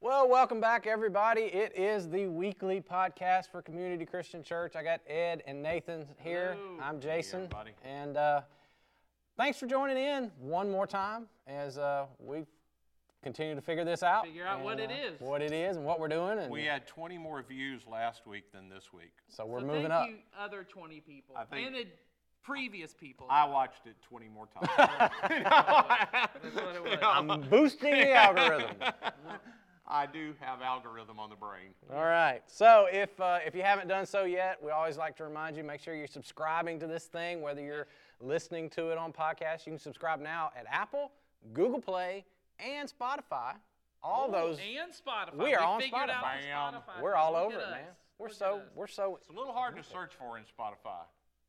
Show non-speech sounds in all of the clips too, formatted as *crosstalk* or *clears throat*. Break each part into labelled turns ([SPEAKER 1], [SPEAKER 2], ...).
[SPEAKER 1] Well, welcome back, everybody. It is the weekly podcast for Community Christian Church. I got Ed and Nathan here. I'm Jason.
[SPEAKER 2] everybody.
[SPEAKER 1] and uh, thanks for joining in one more time as uh, we continue to figure this out.
[SPEAKER 3] Figure out what
[SPEAKER 1] and,
[SPEAKER 3] it
[SPEAKER 1] uh,
[SPEAKER 3] is.
[SPEAKER 1] What it is and what we're doing. And
[SPEAKER 2] We had 20 more views last week than this week.
[SPEAKER 1] so we're
[SPEAKER 3] So
[SPEAKER 1] moving
[SPEAKER 3] thank
[SPEAKER 1] up.
[SPEAKER 3] you, other 20 people.
[SPEAKER 2] I think-
[SPEAKER 3] and the previous people.
[SPEAKER 2] I watched it 20 more
[SPEAKER 1] *laughs*
[SPEAKER 2] times. *laughs*
[SPEAKER 3] That's what it was.
[SPEAKER 1] I'm boosting the
[SPEAKER 2] *laughs*
[SPEAKER 1] algorithm.
[SPEAKER 2] I do have algorithm on the brain.
[SPEAKER 1] All right. So if uh, if you haven't done so yet, we always like to remind you: make sure you're subscribing to this thing. Whether you're listening to it on podcast, you can subscribe now at Apple, Google Play, and Spotify. All those.
[SPEAKER 3] and Spotify.
[SPEAKER 1] we are on
[SPEAKER 3] figured out
[SPEAKER 1] Spotify.
[SPEAKER 3] the
[SPEAKER 2] Bam.
[SPEAKER 3] Spotify.
[SPEAKER 1] We're all
[SPEAKER 3] Look
[SPEAKER 1] over
[SPEAKER 3] at
[SPEAKER 1] it,
[SPEAKER 3] us.
[SPEAKER 1] man. We're
[SPEAKER 3] Look at
[SPEAKER 1] so
[SPEAKER 3] us.
[SPEAKER 1] we're so
[SPEAKER 2] It's a little hard to search for in Spotify.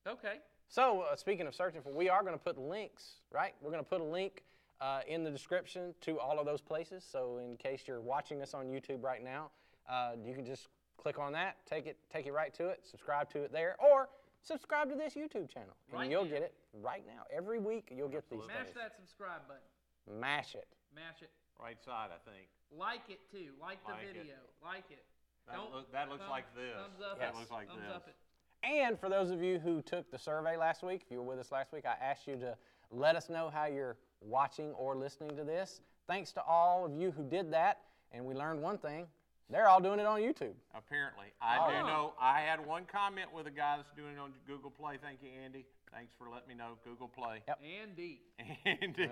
[SPEAKER 3] Okay.
[SPEAKER 1] So, uh, speaking of searching for, we are going to put links, right? We're going to put a link uh, in the description to all of those places. So, in case you're watching us on YouTube right now, uh, you can just click on that, take it, take it right to it, subscribe to it there, or subscribe to this YouTube channel, and
[SPEAKER 3] Right
[SPEAKER 1] you'll
[SPEAKER 3] now.
[SPEAKER 1] get it right now. Every week, you'll get these
[SPEAKER 3] Mash
[SPEAKER 1] things.
[SPEAKER 3] that subscribe button.
[SPEAKER 1] Mash it.
[SPEAKER 3] Mash it.
[SPEAKER 2] Right side, I think.
[SPEAKER 3] Like it too. Like the
[SPEAKER 2] Like it.
[SPEAKER 3] video. Like it.
[SPEAKER 2] That,
[SPEAKER 3] Don't-
[SPEAKER 2] look, that looks
[SPEAKER 3] thumb-
[SPEAKER 2] like this.
[SPEAKER 3] Thumbs up. it.
[SPEAKER 2] That looks like
[SPEAKER 3] thumbs
[SPEAKER 2] this.
[SPEAKER 3] Up it.
[SPEAKER 1] And for those of you who took the survey last week, if you were with us last week, I asked you to let us know how you're watching or listening to this. Thanks to all of you who did that, and we learned one thing they're all doing it on YouTube.
[SPEAKER 2] Apparently, I
[SPEAKER 1] Oh.
[SPEAKER 2] do know. I had one comment with a guy that's doing it on Google Play. Thank you, Andy. Thanks for letting me know. Google Play. *laughs*
[SPEAKER 1] Yep.
[SPEAKER 3] Andy.
[SPEAKER 2] Andy.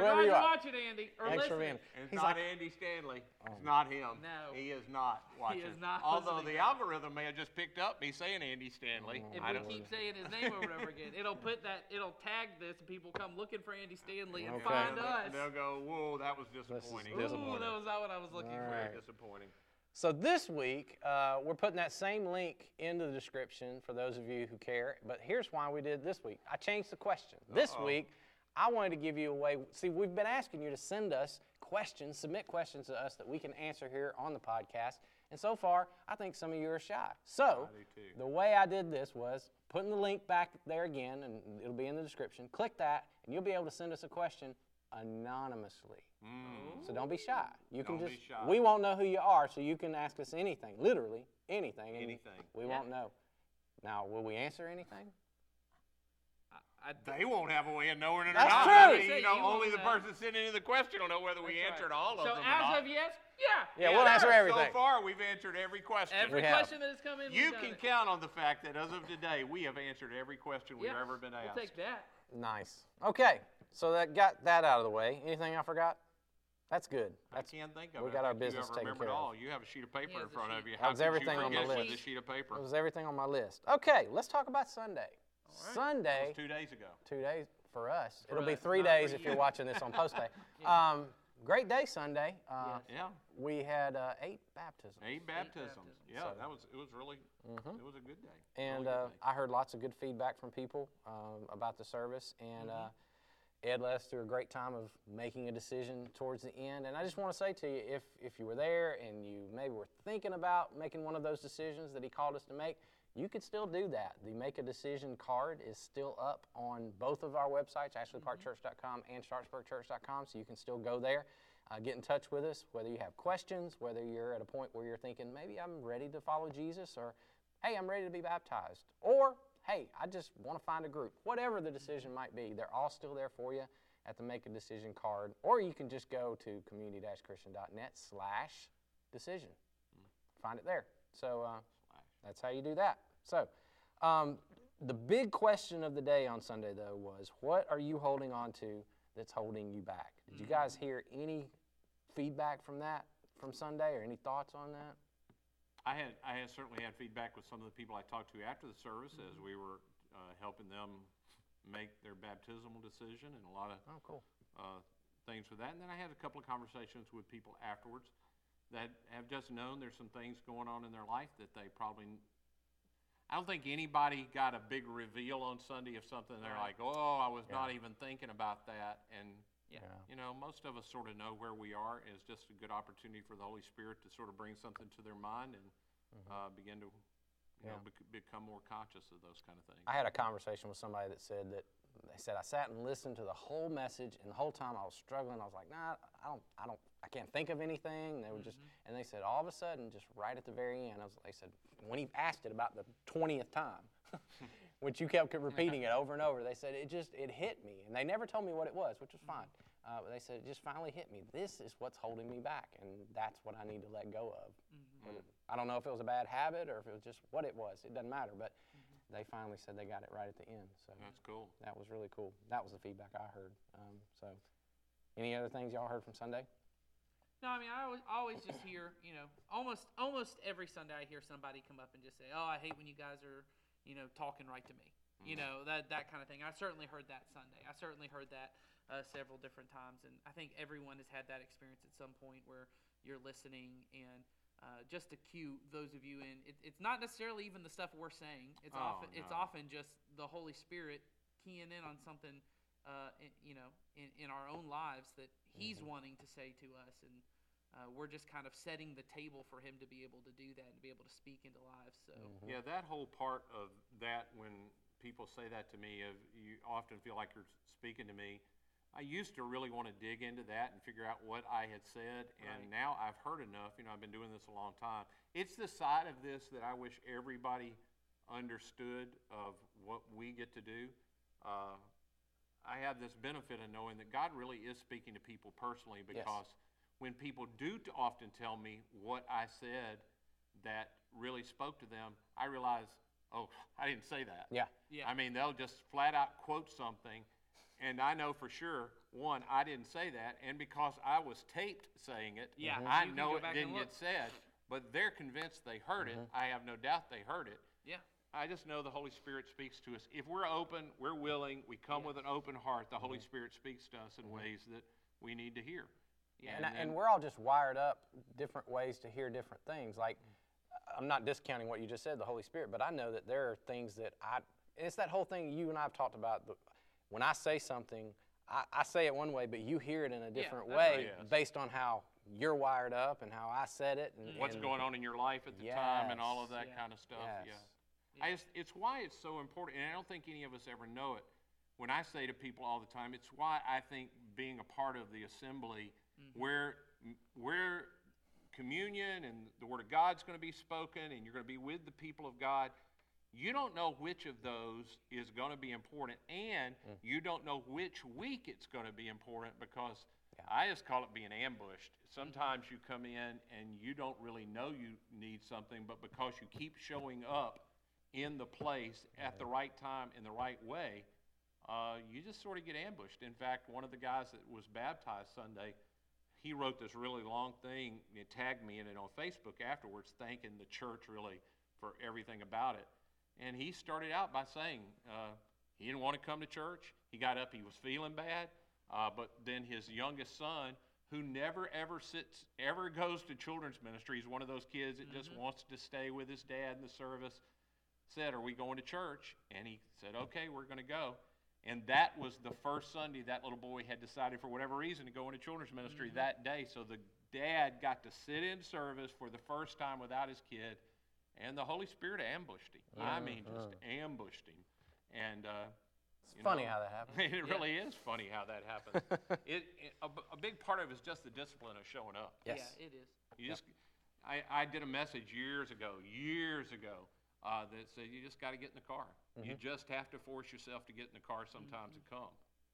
[SPEAKER 1] Wherever
[SPEAKER 3] glad
[SPEAKER 1] you
[SPEAKER 3] you
[SPEAKER 1] are.
[SPEAKER 3] watch it, Andy. Or
[SPEAKER 1] Thanks
[SPEAKER 3] listen.
[SPEAKER 1] for being.
[SPEAKER 2] It's
[SPEAKER 1] He's
[SPEAKER 2] not
[SPEAKER 1] like, Oh.
[SPEAKER 2] Andy Stanley. It's not him.
[SPEAKER 3] No.
[SPEAKER 2] He is not watching.
[SPEAKER 3] is not
[SPEAKER 2] Although
[SPEAKER 3] listening.
[SPEAKER 2] the algorithm may have just picked up me saying Andy Stanley.
[SPEAKER 1] Mm,
[SPEAKER 3] If
[SPEAKER 2] I
[SPEAKER 3] we
[SPEAKER 2] don't-
[SPEAKER 3] keep saying his name over and over again, it'll put that, it'll tag this, and people come looking for Andy Stanley and
[SPEAKER 1] Okay.
[SPEAKER 3] find
[SPEAKER 2] they'll-
[SPEAKER 3] us.
[SPEAKER 2] They'll go, whoa, that was disappointing.
[SPEAKER 1] This is
[SPEAKER 3] Ooh,
[SPEAKER 1] disappointing.
[SPEAKER 3] that was not what I was looking
[SPEAKER 1] All
[SPEAKER 3] for.
[SPEAKER 1] right.
[SPEAKER 2] Very disappointing.
[SPEAKER 1] so this week, uh, we're putting that same link into the description for those of you who care. But here's why we did this week I changed the question. This week, I wanted to give you a way. See, we've been asking you to send us questions, submit questions to us that we can answer here on the podcast. And so far, I think some of you are shy. So, the way I did this was putting the link back there again, and it'll be in the description. Click that, and you'll be able to send us a question anonymously. So don't be shy. You can
[SPEAKER 2] Mm. Don't be
[SPEAKER 1] just
[SPEAKER 2] shy.
[SPEAKER 1] we won't know who you are, so you can ask us anything, literally anything. and
[SPEAKER 2] Anything.
[SPEAKER 1] We won't know. Now, will we answer anything?
[SPEAKER 3] I,
[SPEAKER 2] They won't have a way of knowing it
[SPEAKER 1] That's
[SPEAKER 2] or not.
[SPEAKER 1] true.
[SPEAKER 2] I
[SPEAKER 1] They
[SPEAKER 2] mean,
[SPEAKER 3] say
[SPEAKER 2] you know,
[SPEAKER 3] you
[SPEAKER 2] only
[SPEAKER 3] won't
[SPEAKER 2] the
[SPEAKER 3] know.
[SPEAKER 2] person sending in the question will know whether we
[SPEAKER 3] That's right.
[SPEAKER 2] answered all of
[SPEAKER 3] so
[SPEAKER 2] them. or
[SPEAKER 3] as
[SPEAKER 2] not.
[SPEAKER 3] of yes, yeah.
[SPEAKER 1] Yeah, we'll
[SPEAKER 3] sure.
[SPEAKER 1] answer everything.
[SPEAKER 2] So far, we've answered every question.
[SPEAKER 3] Every
[SPEAKER 1] We have.
[SPEAKER 3] question that has come in.
[SPEAKER 2] you
[SPEAKER 3] we've done
[SPEAKER 2] can
[SPEAKER 3] it.
[SPEAKER 2] count on the fact that as of today, we have answered every question we've
[SPEAKER 3] Yeah,
[SPEAKER 2] ever been asked.
[SPEAKER 3] We'll take that.
[SPEAKER 1] Nice. Okay. So that got that out of the way. Anything I forgot? That's good.
[SPEAKER 2] I
[SPEAKER 1] That's
[SPEAKER 2] can't think of
[SPEAKER 1] we
[SPEAKER 2] it.
[SPEAKER 1] got
[SPEAKER 2] I
[SPEAKER 1] our
[SPEAKER 2] think you
[SPEAKER 1] business
[SPEAKER 2] ever
[SPEAKER 1] taken
[SPEAKER 2] remembered
[SPEAKER 1] care of.
[SPEAKER 2] all. You have a sheet of paper
[SPEAKER 3] He
[SPEAKER 2] in
[SPEAKER 3] has a
[SPEAKER 2] front of
[SPEAKER 3] sheet.
[SPEAKER 2] you.
[SPEAKER 3] That
[SPEAKER 2] How
[SPEAKER 1] was
[SPEAKER 2] could you
[SPEAKER 1] everything on the
[SPEAKER 2] forget
[SPEAKER 1] list.
[SPEAKER 2] The sheet of paper.
[SPEAKER 1] It was everything on my list. Okay, let's talk about Sunday. Sunday,
[SPEAKER 2] two days ago.
[SPEAKER 1] two days for us. It'll be
[SPEAKER 3] us,
[SPEAKER 1] three
[SPEAKER 3] not for
[SPEAKER 1] days if
[SPEAKER 3] you.
[SPEAKER 1] you're watching this on post day. um, great day Sunday. Uh,
[SPEAKER 2] Yeah.
[SPEAKER 1] We had uh, eight baptisms.
[SPEAKER 2] Eight baptisms.
[SPEAKER 3] baptisms.
[SPEAKER 2] Yeah, that was it. Was really
[SPEAKER 1] Mm-hmm.
[SPEAKER 2] it was a good day.
[SPEAKER 1] and
[SPEAKER 2] really
[SPEAKER 1] uh,
[SPEAKER 2] good day.
[SPEAKER 1] I heard lots of good feedback from people um, about the service. And uh, Ed led us through a great time of making a decision towards the end. And I just want to say to you, if if you were there and you maybe were thinking about making one of those decisions that he called us to make, you could still do that. The Make a Decision card is still up on both of our websites, AshleyParkChurch.com and SharpsburgChurch.com, so you can still go there. Uh, get in touch with us, whether you have questions, whether you're at a point where you're thinking, maybe I'm ready to follow Jesus, or hey, I'm ready to be baptized, or hey, I just want to find a group. Whatever the decision might be, they're all still there for you at the Make a Decision card, or you can just go to community-christian.net slash decision. Find it there. So uh, that's how you do that. So um, the big question of the day on Sunday, though, was what are you holding on to that's holding you back? Did you guys hear any feedback from that from Sunday or any thoughts on that?
[SPEAKER 2] I had I had certainly had feedback with some of the people I talked to after the service
[SPEAKER 3] Mm-hmm.
[SPEAKER 2] as we were uh, helping them make their baptismal decision and a lot of
[SPEAKER 1] Oh, cool.
[SPEAKER 2] uh, things for that. And then I had a couple of conversations with people afterwards that have just known there's some things going on in their life that they probably. I don't think anybody got a big reveal on Sunday of something they're like, oh, I was not even thinking about that. And,
[SPEAKER 3] Yeah.
[SPEAKER 2] you know, most of us sort of know where we are. It's just a good opportunity for the Holy Spirit to sort of bring something to their mind and uh, begin to. You know, bec- become more conscious of those kind of things.
[SPEAKER 1] I had a conversation with somebody that said that They said I sat and listened to the whole message, and the whole time I was struggling. I was like, Nah, I don't, I don't, I can't think of anything. And they were just, and they said all of a sudden, just right at the very end, I was, they said when he asked it about the twentieth time, *laughs* which you kept repeating it over and over, they said it just it hit me, and they never told me what it was, which was fine. Uh, but they said it just finally hit me. This is what's holding me back, and that's what I need to let go of. Whether- I don't know if it was a bad habit or if it was just what it was. It doesn't matter. But they finally said they got it right at the end. So
[SPEAKER 2] That's cool.
[SPEAKER 1] that was really cool. That was the feedback I heard. Um, so, any other things y'all heard from Sunday?
[SPEAKER 3] No, I mean I always, I always just hear, you know, almost almost every Sunday I hear somebody come up and just say, "Oh, I hate when you guys are, you know, talking right to me." You
[SPEAKER 2] Mm-hmm.
[SPEAKER 3] know, that that kind of thing. I certainly heard that Sunday. I certainly heard that uh, several different times and I think everyone has had that experience at some point where you're listening and uh, just to cue those of you in, it, it's not necessarily even the stuff we're saying. It's
[SPEAKER 2] Oh,
[SPEAKER 3] often it's
[SPEAKER 2] no.
[SPEAKER 3] often just the Holy Spirit keying in on something, uh, in, you know, in, in our own lives that
[SPEAKER 2] Mm-hmm.
[SPEAKER 3] He's wanting to say to us, and uh, we're just kind of setting the table for Him to be able to do that and to be able to speak into lives. So
[SPEAKER 1] Mm.
[SPEAKER 2] Yeah, that whole part of that, when people say that to me, of you often feel like you're speaking to me. I used to really want to dig into that and figure out what I had said, and now I've heard enough. You know, I've been doing this a long time. It's the side of this that I wish everybody understood of what we get to do. Uh, I have this benefit of knowing that God really is speaking to people personally because when people do t- often tell me what I said that really spoke to them, I realize, oh, *laughs* I didn't say that.
[SPEAKER 1] Yeah.
[SPEAKER 3] Yeah.
[SPEAKER 2] I mean, they'll just flat out quote something, and I know for sure, one, I didn't say that, and because I was taped saying it,
[SPEAKER 3] Yeah,
[SPEAKER 2] I
[SPEAKER 3] you can
[SPEAKER 2] know
[SPEAKER 3] go
[SPEAKER 2] it
[SPEAKER 3] back and
[SPEAKER 2] didn't
[SPEAKER 3] look.
[SPEAKER 2] get said, but they're convinced they heard it. I have no doubt they heard it.
[SPEAKER 3] yeah,
[SPEAKER 2] I just know the Holy Spirit speaks to us. If we're open, we're willing, we come with an open heart, the Holy Spirit speaks to us in ways that we need to hear.
[SPEAKER 3] Yeah,
[SPEAKER 1] and, I,
[SPEAKER 2] then-
[SPEAKER 1] and we're all just wired up different ways to hear different things. Like, I'm not discounting what you just said, the Holy Spirit, but I know that there are things that I, and it's that whole thing you and I have talked about. The, when I say something, I, I say it one way, but you hear it in a different
[SPEAKER 3] that's
[SPEAKER 1] way
[SPEAKER 3] right.
[SPEAKER 2] Yes.
[SPEAKER 1] based on how you're wired up and how I said it. And,
[SPEAKER 2] what's
[SPEAKER 1] and-
[SPEAKER 2] going on in your life at the time and all of
[SPEAKER 1] Yes.
[SPEAKER 2] that
[SPEAKER 3] Yeah.
[SPEAKER 2] kind of stuff.
[SPEAKER 1] Yes.
[SPEAKER 2] Yeah. I just, it's why it's so important, and I don't think any of us ever know it. When I say to people all the time, it's why I think being a part of the assembly where where communion and the word of God's going to be spoken and you're going to be with the people of God, you don't know which of those is going to be important and you don't know which week it's going to be important because I just call it being ambushed. Sometimes you come in and you don't really know you need something, but because you keep showing up in the place at the right time in the right way, uh, you just sort of get ambushed. In fact, one of the guys that was baptized Sunday, he wrote this really long thing and tagged me in it on Facebook afterwards, thanking the church really for everything about it. And he started out by saying uh, he didn't want to come to church. He got up, he was feeling bad. Uh, but then his youngest son, who never ever sits, ever goes to children's ministry, is one of those kids that just wants to stay with his dad in the service said, Are we going to church? And he said, Okay, we're going to go. And that was the first Sunday that little boy had decided, for whatever reason, to go into children's ministry that day. So the dad got to sit in service for the first time without his kid, and the Holy Spirit ambushed him. I mean, just ambushed him. And uh, *laughs*
[SPEAKER 1] It's
[SPEAKER 2] you
[SPEAKER 1] funny
[SPEAKER 2] know.
[SPEAKER 1] how that happens.
[SPEAKER 2] it really is funny how that
[SPEAKER 1] *laughs*
[SPEAKER 2] happens. *laughs* it, it, a, b- a big part of it is just the discipline of showing up.
[SPEAKER 1] Yes.
[SPEAKER 3] yeah, it is.
[SPEAKER 2] You just, I, I did a message years ago, years ago, uh, that said you just got to get in the car. You just have to force yourself to get in the car sometimes to come.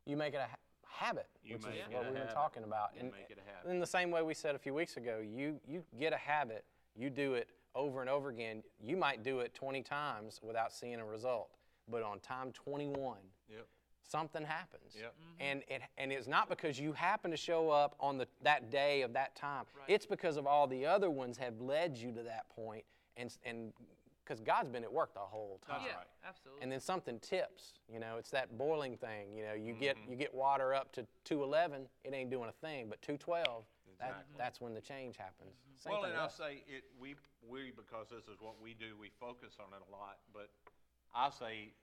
[SPEAKER 1] you make it a ha- habit,
[SPEAKER 2] You
[SPEAKER 1] which
[SPEAKER 2] make
[SPEAKER 1] is
[SPEAKER 2] it a
[SPEAKER 1] what we were
[SPEAKER 2] habit.
[SPEAKER 1] talking about.
[SPEAKER 2] You make it a habit.
[SPEAKER 1] In the same way we said a few weeks ago, you you get a habit, you do it over and over again. You might do it 20 times without seeing a result, but on time 21,
[SPEAKER 2] Yep.
[SPEAKER 1] something happens.
[SPEAKER 2] Yep.
[SPEAKER 1] And it and it's not because you happen to show up on the that day of that time. It's because of all the other ones have led you to that point, and s- and because God's been at work the whole time
[SPEAKER 3] yeah,
[SPEAKER 2] right.
[SPEAKER 3] absolutely.
[SPEAKER 1] and then something tips. You know, it's that boiling thing. You know, you get
[SPEAKER 2] Mm-hmm.
[SPEAKER 1] you get water up to 211, it ain't doing a thing, but 212, that, that's when the change happens. Same
[SPEAKER 2] Mm-hmm. well,
[SPEAKER 1] thing
[SPEAKER 2] and
[SPEAKER 1] with
[SPEAKER 2] I'll
[SPEAKER 1] us.
[SPEAKER 2] say it. We we because this is what we do. We focus on it a lot. But I'll say,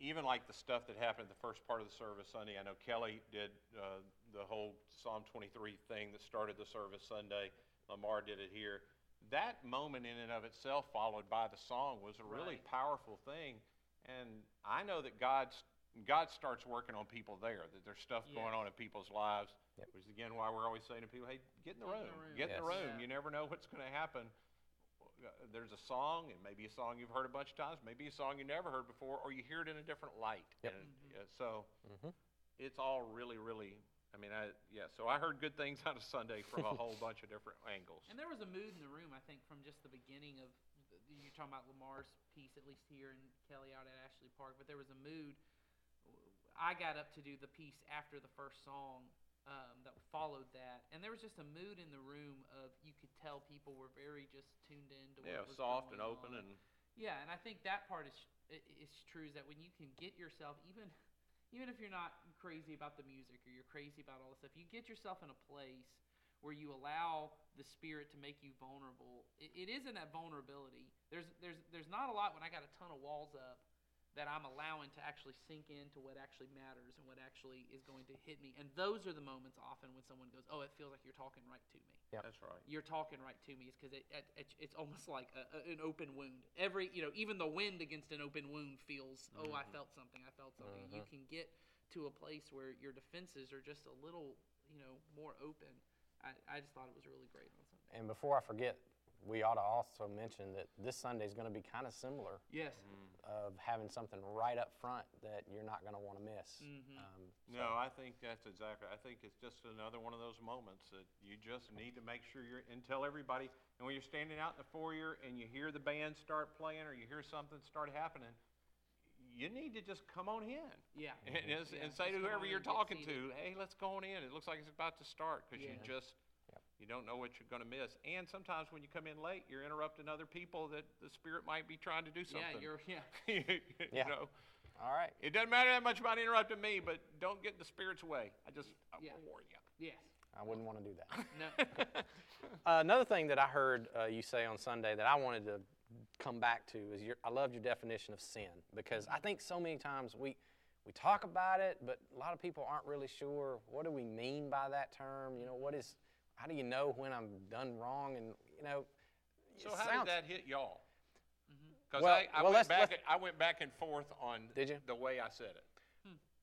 [SPEAKER 2] even like the stuff that happened the first part of the service Sunday. I know Kelly did uh, the whole Psalm 23 thing that started the service Sunday. Lamar did it here. That moment in and of itself, followed by the song, was a really
[SPEAKER 3] Right.
[SPEAKER 2] powerful thing. And I know that God's God starts working on people there, that there's stuff going
[SPEAKER 3] Yes.
[SPEAKER 2] on in people's lives,
[SPEAKER 1] Yep.
[SPEAKER 2] which is again why we're always saying to people, hey, get in the room, get in the
[SPEAKER 1] Yes.
[SPEAKER 2] room.
[SPEAKER 3] Yeah.
[SPEAKER 2] You never know what's going to happen. Uh, There's a song, and maybe a song you've heard a bunch of times, maybe a song you never heard before, or you hear it in a different light.
[SPEAKER 1] Yep.
[SPEAKER 2] And, uh, so
[SPEAKER 1] Mhm.
[SPEAKER 2] it's all really, really. I mean, I yeah. So I heard good things *laughs* out of Sunday from
[SPEAKER 1] *laughs*
[SPEAKER 2] a whole bunch of different angles.
[SPEAKER 3] And there was a mood in the room, I think, from just the beginning of you're talking about Lamar's piece, at least here and Kelly out at Ashley Park. But there was a mood. I got up to do the piece after the first song um, that followed that, and there was just a mood in the room of you could tell people were very just tuned in to
[SPEAKER 2] Yeah,
[SPEAKER 3] what was
[SPEAKER 2] soft
[SPEAKER 3] going
[SPEAKER 2] and open
[SPEAKER 3] on.
[SPEAKER 2] and
[SPEAKER 3] Yeah, and I think that part is i- is true is that when you can get yourself even even if you're not crazy about the music or you're crazy about all this stuff, you get yourself in a place where you allow the spirit to make you vulnerable. It, it isn't that vulnerability. There's there's there's not a lot when I got a ton of walls up that I'm allowing to actually sink into what actually matters and what actually is going to hit me. And those are the moments often when someone goes, "Oh, it feels like you're talking right to me."
[SPEAKER 1] Yep.
[SPEAKER 2] that's right.
[SPEAKER 3] you're talking right to me is because it, it, it, it's almost like a, a, an open wound. Every you know, even the wind against an open wound feels. Oh, I
[SPEAKER 2] Mm-hmm.
[SPEAKER 3] felt something. I felt something. You
[SPEAKER 2] Uh-huh.
[SPEAKER 3] can get to a place where your defenses are just a little, you know, more open. I, I just thought it was really great on Sunday.
[SPEAKER 1] And before I forget, we ought to also mention that this Sunday is going to be kind of similar
[SPEAKER 3] Yes.
[SPEAKER 2] Mm-hmm.
[SPEAKER 1] of having something right up front that you're not going to want to miss.
[SPEAKER 2] Mm-hmm.
[SPEAKER 1] Um,
[SPEAKER 2] No, I think that's exactly. I think it's just another one of those moments that you just need to make sure you're and tell everybody. And when you're standing out in the foyer and you hear the band start playing or you hear something start happening, you need to just come on in
[SPEAKER 3] Yeah.
[SPEAKER 2] and, and s-
[SPEAKER 3] Yeah,
[SPEAKER 2] and say
[SPEAKER 3] just
[SPEAKER 2] to
[SPEAKER 3] go
[SPEAKER 2] whoever
[SPEAKER 3] on
[SPEAKER 2] you're
[SPEAKER 3] and get
[SPEAKER 2] talking to,
[SPEAKER 3] seated.
[SPEAKER 2] "Hey, let's go on in. It looks like it's about to start because
[SPEAKER 3] Yeah.
[SPEAKER 2] you just you don't know what you're going to miss. And sometimes when you come in late, you're interrupting other people that the spirit might be trying to do
[SPEAKER 3] Yeah.
[SPEAKER 2] something.
[SPEAKER 3] You're *laughs* yeah.
[SPEAKER 2] *laughs* you
[SPEAKER 1] Yeah.
[SPEAKER 2] know.
[SPEAKER 1] All right.
[SPEAKER 2] It doesn't matter that much about interrupting me, but don't get in the spirit's way. I just I
[SPEAKER 3] Yeah.
[SPEAKER 2] warn you.
[SPEAKER 3] Yes.
[SPEAKER 1] I wouldn't want to do that.
[SPEAKER 2] *laughs*
[SPEAKER 1] *laughs*
[SPEAKER 3] No.
[SPEAKER 1] Uh, another thing that I heard uh, you say on Sunday that I wanted to come back to is your, I loved your definition of sin because
[SPEAKER 2] Mm-hmm.
[SPEAKER 1] I think so many times we we talk about it, but a lot of people aren't really sure what do we mean by that term. You know, what is how do you know when I'm done wrong? And you know,
[SPEAKER 2] So
[SPEAKER 1] it
[SPEAKER 2] how
[SPEAKER 1] sounds- Mm-hmm.
[SPEAKER 2] did that hit y'all? Because
[SPEAKER 1] Well-
[SPEAKER 2] I, I
[SPEAKER 1] well,
[SPEAKER 2] went
[SPEAKER 1] let's-
[SPEAKER 2] back.
[SPEAKER 1] let's-
[SPEAKER 2] I went back and forth on
[SPEAKER 1] Did you?
[SPEAKER 2] the way I said it.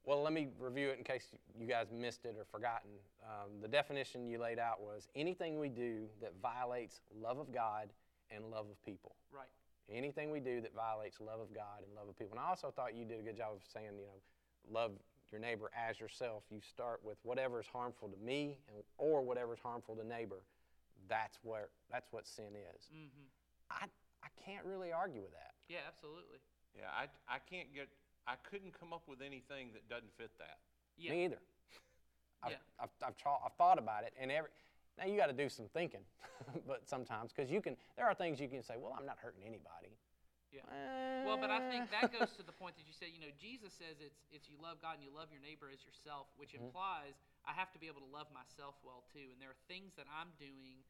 [SPEAKER 1] Well, let me review it in case you guys missed it or forgotten. Um, the definition you laid out was anything we do that violates love of God and love of people.
[SPEAKER 3] right.
[SPEAKER 1] anything we do that violates love of God and love of people. And I also thought you did a good job of saying, you know, love your neighbor as yourself. You start with whatever is harmful to me and, or whatever is harmful to neighbor. That's where that's what sin is. I I can't really argue with that.
[SPEAKER 3] Mm-hmm. Yeah. Absolutely.
[SPEAKER 2] Yeah, I I can't get. I couldn't come up with anything that doesn't fit that.
[SPEAKER 3] Yeah.
[SPEAKER 1] Me
[SPEAKER 3] *laughs*
[SPEAKER 1] either. I've,
[SPEAKER 3] Yeah.
[SPEAKER 1] I've, I've, tra- I've thought about it, and every now you got to do some thinking, *laughs* but sometimes because you can, there are things you can say. Well, I'm not hurting anybody.
[SPEAKER 3] Yeah. Well, but I think
[SPEAKER 1] Eh, *laughs*
[SPEAKER 3] that goes to the point that you said, you know, Jesus says it's it's you love God and you love your neighbor as yourself, which
[SPEAKER 2] Mm-hmm.
[SPEAKER 3] implies I have to be able to love myself well too. And there are things that I'm doing,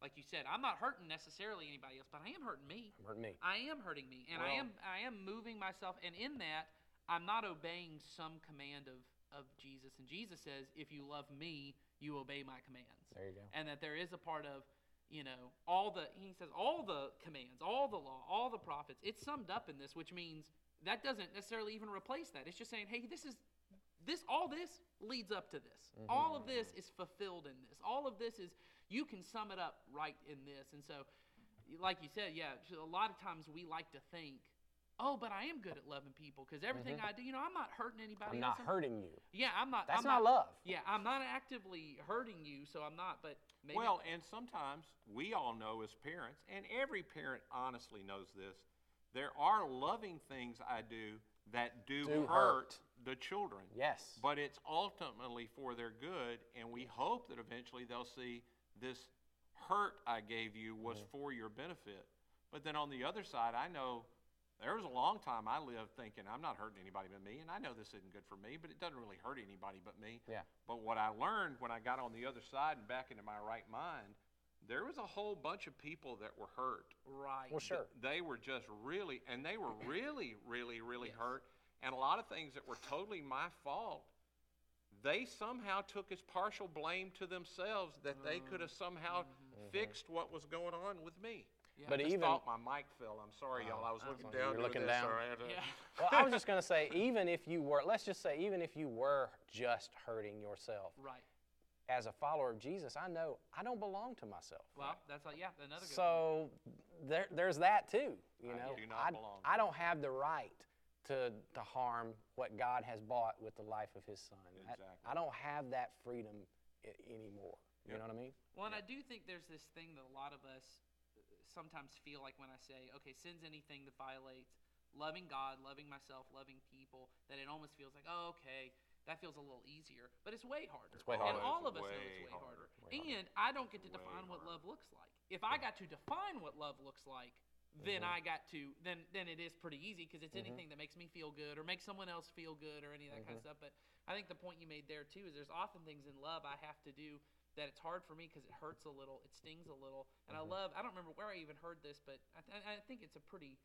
[SPEAKER 3] like you said, I'm not hurting necessarily anybody else, but I am hurting me.
[SPEAKER 1] I'm hurting me.
[SPEAKER 3] I am hurting me, and I am
[SPEAKER 2] Well-
[SPEAKER 3] I am moving myself, and in that I'm not obeying some command of of Jesus. And Jesus says, if you love me, you obey my commands.
[SPEAKER 1] There you go.
[SPEAKER 3] And that there is a part of you know all the he says all the commands, all the law, all the prophets. It's summed up in this, which means that doesn't necessarily even replace that. It's just saying, hey, this is this all this leads up to this
[SPEAKER 1] Mm-hmm.
[SPEAKER 3] all of this is fulfilled in this all of this is you can sum it up right in this and so y- like you said yeah so a lot of times we like to think oh but i am good at loving people because everything i do you know i'm not hurting anybody
[SPEAKER 1] Mm-hmm. I'm
[SPEAKER 3] else.
[SPEAKER 1] not hurting you.
[SPEAKER 3] yeah i'm not
[SPEAKER 1] That's
[SPEAKER 3] I'm
[SPEAKER 1] not love.
[SPEAKER 3] yeah i'm not actively hurting you so i'm not but maybe
[SPEAKER 2] Well, and sometimes we all know as parents, and every parent honestly knows this. There are loving things I do that do,
[SPEAKER 1] Do hurt.
[SPEAKER 2] hurt the children.
[SPEAKER 1] Yes.
[SPEAKER 2] But it's ultimately for their good, and we hope that eventually they'll see this hurt I gave you was for your benefit. But then on the other side, I know there was a long time I lived thinking I'm not hurting anybody but me, and I know this isn't good for me, but it doesn't really hurt anybody but me.
[SPEAKER 1] Yeah.
[SPEAKER 2] But what I learned when I got on the other side and back into my right mind, there was a whole bunch of people that were hurt
[SPEAKER 3] right
[SPEAKER 1] Well, sure.
[SPEAKER 2] they were just really and they were really really really
[SPEAKER 3] Yes.
[SPEAKER 2] hurt and a lot of things that were totally my fault they somehow took as partial blame to themselves that they could have somehow fixed what was going on with me Yeah,
[SPEAKER 1] Mm-hmm. But
[SPEAKER 2] I just
[SPEAKER 1] even-
[SPEAKER 2] thought my mic fell. I'm sorry, y'all. I was
[SPEAKER 1] that's
[SPEAKER 2] looking
[SPEAKER 1] fine.
[SPEAKER 2] down.
[SPEAKER 1] You're looking
[SPEAKER 2] doing this,
[SPEAKER 1] down.
[SPEAKER 2] Sorry, I had to-
[SPEAKER 3] Yeah.
[SPEAKER 1] *laughs* well, I was just going to say, even if you were, let's just say, even if you were just hurting yourself,
[SPEAKER 3] Right.
[SPEAKER 1] as a follower of Jesus, I know I don't belong to myself.
[SPEAKER 3] Well, that's like yeah, another good. point.
[SPEAKER 1] So there, there's that too.
[SPEAKER 2] *laughs*
[SPEAKER 1] You
[SPEAKER 2] Right,
[SPEAKER 1] know,
[SPEAKER 2] you do not
[SPEAKER 1] I,
[SPEAKER 2] belong.
[SPEAKER 1] I don't have the right to to harm what God has bought with the life of His Son. I-
[SPEAKER 2] Exactly.
[SPEAKER 1] I, don't have that freedom I- anymore. You
[SPEAKER 2] Yep.
[SPEAKER 1] know what I mean?
[SPEAKER 3] Well, and I do think there's this thing that a lot of us uh, sometimes feel like when I say, okay, sin's anything that violates loving God, loving myself, loving people, that it almost feels like, oh, okay, that feels a little easier. But it's way harder.
[SPEAKER 1] It's way
[SPEAKER 3] And
[SPEAKER 1] harder.
[SPEAKER 3] all
[SPEAKER 2] It's
[SPEAKER 3] of us know it's
[SPEAKER 2] way
[SPEAKER 3] way harder.
[SPEAKER 2] harder.
[SPEAKER 1] Way harder.
[SPEAKER 3] And I don't get to
[SPEAKER 2] Way
[SPEAKER 3] define what
[SPEAKER 2] harder.
[SPEAKER 3] love looks like. If I got to define what love looks like, then
[SPEAKER 1] Mm-hmm.
[SPEAKER 3] I got to then then it is pretty easy because it's
[SPEAKER 1] Mhm.
[SPEAKER 3] anything that makes me feel good or makes someone else feel good or any of that
[SPEAKER 1] Mm-hmm.
[SPEAKER 3] kind of stuff. But I think the point you made there too is there's often things in love I have to do that it's hard for me because it hurts a little, it stings a little, and
[SPEAKER 1] Mm-hmm.
[SPEAKER 3] I love. I don't remember where I even heard this, but I, th- I think it's a pretty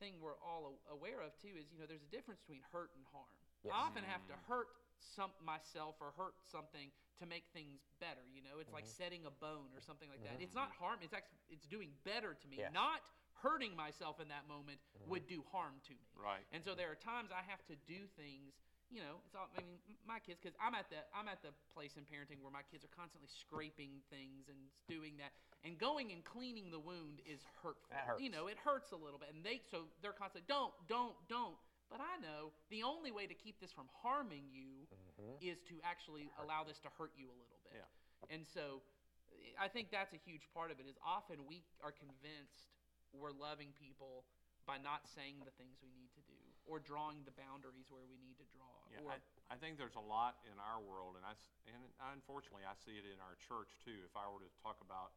[SPEAKER 3] thing we're all a- aware of too. Is you know there's a difference between hurt and harm.
[SPEAKER 1] Yes. Mm.
[SPEAKER 3] I often have to hurt some myself or hurt something to make things better. You know, it's like setting a bone or something like that. It's not harm. It's actually it's doing better to me.
[SPEAKER 1] Yes.
[SPEAKER 3] Not hurting myself in that moment would do harm to me.
[SPEAKER 2] Right.
[SPEAKER 3] And so there are times I have to do things. You know, it's all. I mean, m- my kids, because I'm at the I'm at the place in parenting where my kids are constantly scraping things and doing that, and going and cleaning the wound is hurtful.
[SPEAKER 1] That
[SPEAKER 3] You know, it hurts a little bit, and they so they're constantly don't, don't, don't. But I know the only way to keep this from harming you
[SPEAKER 1] Mm-hmm.
[SPEAKER 3] is to actually allow this to hurt you a little bit. Yeah. And so, eh, I- I think that's a huge part of it. Is often we are convinced we're loving people by not saying the things we need to do or drawing the boundaries where we need to draw.
[SPEAKER 2] Yeah,
[SPEAKER 3] or,
[SPEAKER 2] I, I think there's a lot in our world, and I s and unfortunately I see it in our church too. If I were to talk about,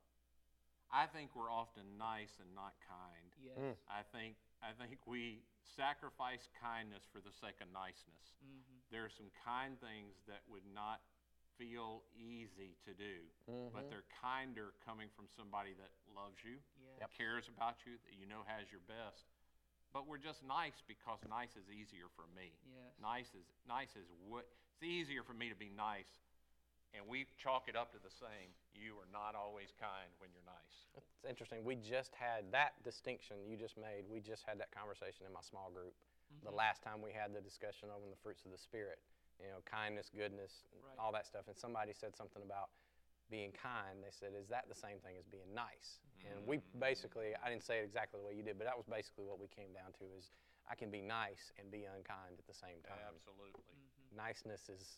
[SPEAKER 2] I think we're often nice and not kind.
[SPEAKER 3] yes.
[SPEAKER 2] I think I think we sacrifice kindness for the sake of niceness.
[SPEAKER 3] Mm-hmm.
[SPEAKER 2] There are some kind things that would not feel easy to do,
[SPEAKER 1] Mm-hmm.
[SPEAKER 2] but they're kinder coming from somebody that loves you,
[SPEAKER 3] Yeah.
[SPEAKER 1] Yep.
[SPEAKER 2] cares about you, that you know has your best. But we're just nice because nice is easier for me.
[SPEAKER 3] Yes.
[SPEAKER 2] Nice is nice is what it's easier for me to be nice. And we chalk it up to the same. You are not always kind when you're
[SPEAKER 1] *laughs*
[SPEAKER 2] nice.
[SPEAKER 1] It's interesting. We just had that distinction you just made. We just had that conversation in my small group.
[SPEAKER 3] Mm-hmm.
[SPEAKER 1] The last time we had the discussion over the fruits of the spirit, you know, kindness, goodness, and
[SPEAKER 3] Right.
[SPEAKER 1] all that stuff. And somebody said something about being kind. They said, "Is that the same thing as being nice?" And we basically, I didn't say it exactly the way you did, but that was basically what we came down to: is I can be nice and be unkind at the same time.
[SPEAKER 2] Absolutely.
[SPEAKER 3] Mm-hmm.
[SPEAKER 1] Niceness is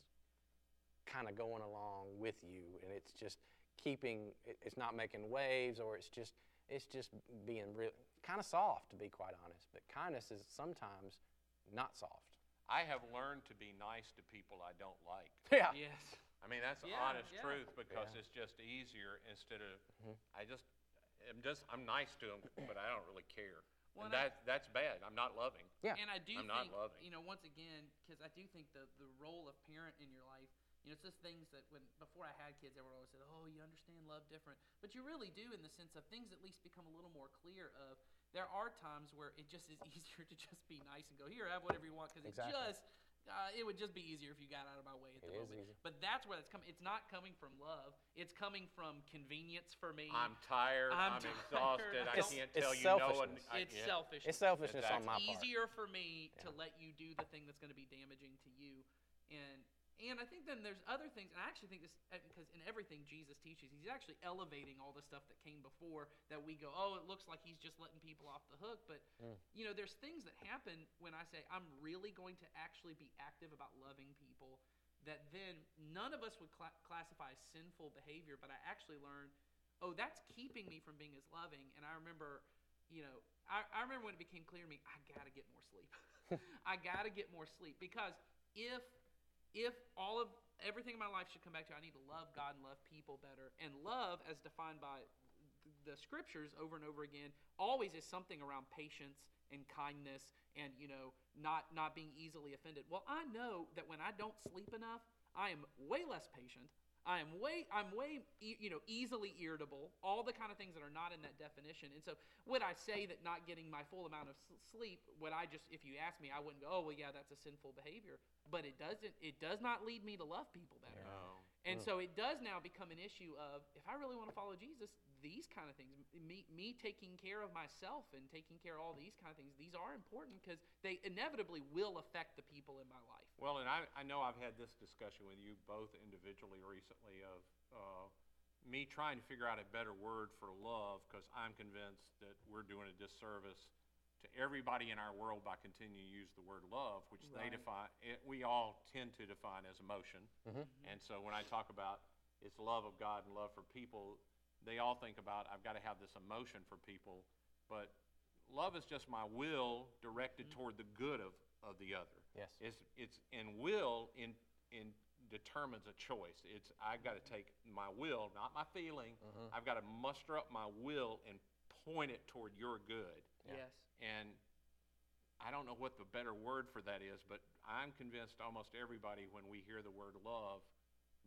[SPEAKER 1] kind of going along with you and it's just keeping it- it's not making waves or it's just it's just being real kind of soft to be quite honest but kindness is sometimes not soft *laughs*
[SPEAKER 2] I have learned to be nice to people I don't like.
[SPEAKER 1] yeah
[SPEAKER 3] Yes.
[SPEAKER 2] I mean, that's the
[SPEAKER 3] Yeah,
[SPEAKER 2] honest
[SPEAKER 3] yeah.
[SPEAKER 2] truth
[SPEAKER 1] Yeah.
[SPEAKER 2] because
[SPEAKER 1] Mm-hmm.
[SPEAKER 2] it's just easier instead of I just I'm just I'm nice to them, but I don't really care.
[SPEAKER 3] Well, and
[SPEAKER 2] and
[SPEAKER 3] I-
[SPEAKER 2] that that's bad. I'm not loving.
[SPEAKER 1] Yeah.
[SPEAKER 3] And I do
[SPEAKER 2] I'm not
[SPEAKER 3] think,
[SPEAKER 2] loving.
[SPEAKER 3] you know, once again, because I do think the, the role of parent in your life, you know, it's just things that when before I had kids, everyone always said, "Oh, you understand love different," but you really do in the sense of things at least become a little more clear. Of there are times where it just is *laughs* easier to just be nice and go here, have whatever you want, because
[SPEAKER 1] Exactly.
[SPEAKER 3] it just uh, it would just be easier if you got out of my way
[SPEAKER 1] It
[SPEAKER 3] at
[SPEAKER 1] is
[SPEAKER 3] the
[SPEAKER 1] e-,
[SPEAKER 3] moment.
[SPEAKER 1] easy.
[SPEAKER 3] But that's where that's coming. It's not coming from love. It's coming from convenience for me.
[SPEAKER 2] I'm tired.
[SPEAKER 3] I'm
[SPEAKER 2] I'm,
[SPEAKER 3] tired.
[SPEAKER 2] exhausted. I
[SPEAKER 1] It's-
[SPEAKER 2] can't
[SPEAKER 1] it's
[SPEAKER 2] tell you no. And
[SPEAKER 1] selfishness.
[SPEAKER 2] I,
[SPEAKER 3] it's
[SPEAKER 2] yeah.
[SPEAKER 3] selfish.
[SPEAKER 1] it's selfishness on
[SPEAKER 2] Exactly.
[SPEAKER 1] my part
[SPEAKER 3] easier for me to let you do the thing that's going to be damaging to you and and i think then there's other things and i actually think this because in everything jesus teaches he's actually elevating all the stuff that came before that we go oh it looks like he's just letting people off the hook but
[SPEAKER 1] Mm.
[SPEAKER 3] you know there's things that happen when i say i'm really going to actually be active about loving people that then none of us would cla classify as sinful behavior but i actually learned oh that's keeping me from being as loving and i remember you know, I, I remember when it became clear to me, I gotta get more sleep. I gotta get more sleep because if if all of everything in my life should come back to I need to love God and love people better, and love as defined by th- the scriptures over and over again always is something around patience and kindness and you know not not being easily offended. Well, I know that when I don't sleep enough, I am way less patient. I am way, I'm way, e- you know, easily irritable. All the kind of things that are not in that definition. And so, would I say that not getting my full amount of s- sleep? Would I just, if you asked me, I wouldn't go, oh well, yeah, that's a sinful behavior. But it doesn't, it does not lead me to love people better.
[SPEAKER 2] No.
[SPEAKER 3] And so it does now become an issue of if I really want to follow Jesus, these kind of things, m- me, me taking care of myself and taking care of all these kind of things, these are important because they inevitably will affect the people in my life.
[SPEAKER 2] Well, and I, I know I've had this discussion with you both individually recently of uh, me trying to figure out a better word for love because I'm convinced that we're doing a disservice to everybody in our world by continuing to use the word love, which
[SPEAKER 3] Right.
[SPEAKER 2] they define, it, we all tend to define as emotion.
[SPEAKER 3] Mm-hmm.
[SPEAKER 2] And so when I talk about it's love of God and love for people, they all think about I've got to have this emotion for people, but love is just my will directed toward the good of, of the other.
[SPEAKER 1] Yes.
[SPEAKER 2] It's it's and will in in determines a choice. It's I've got to take my will, not my feeling. I've got to muster up my will and point it toward your good.
[SPEAKER 3] Yes.
[SPEAKER 2] And I don't know what the better word for that is, but I'm convinced almost everybody, when we hear the word love,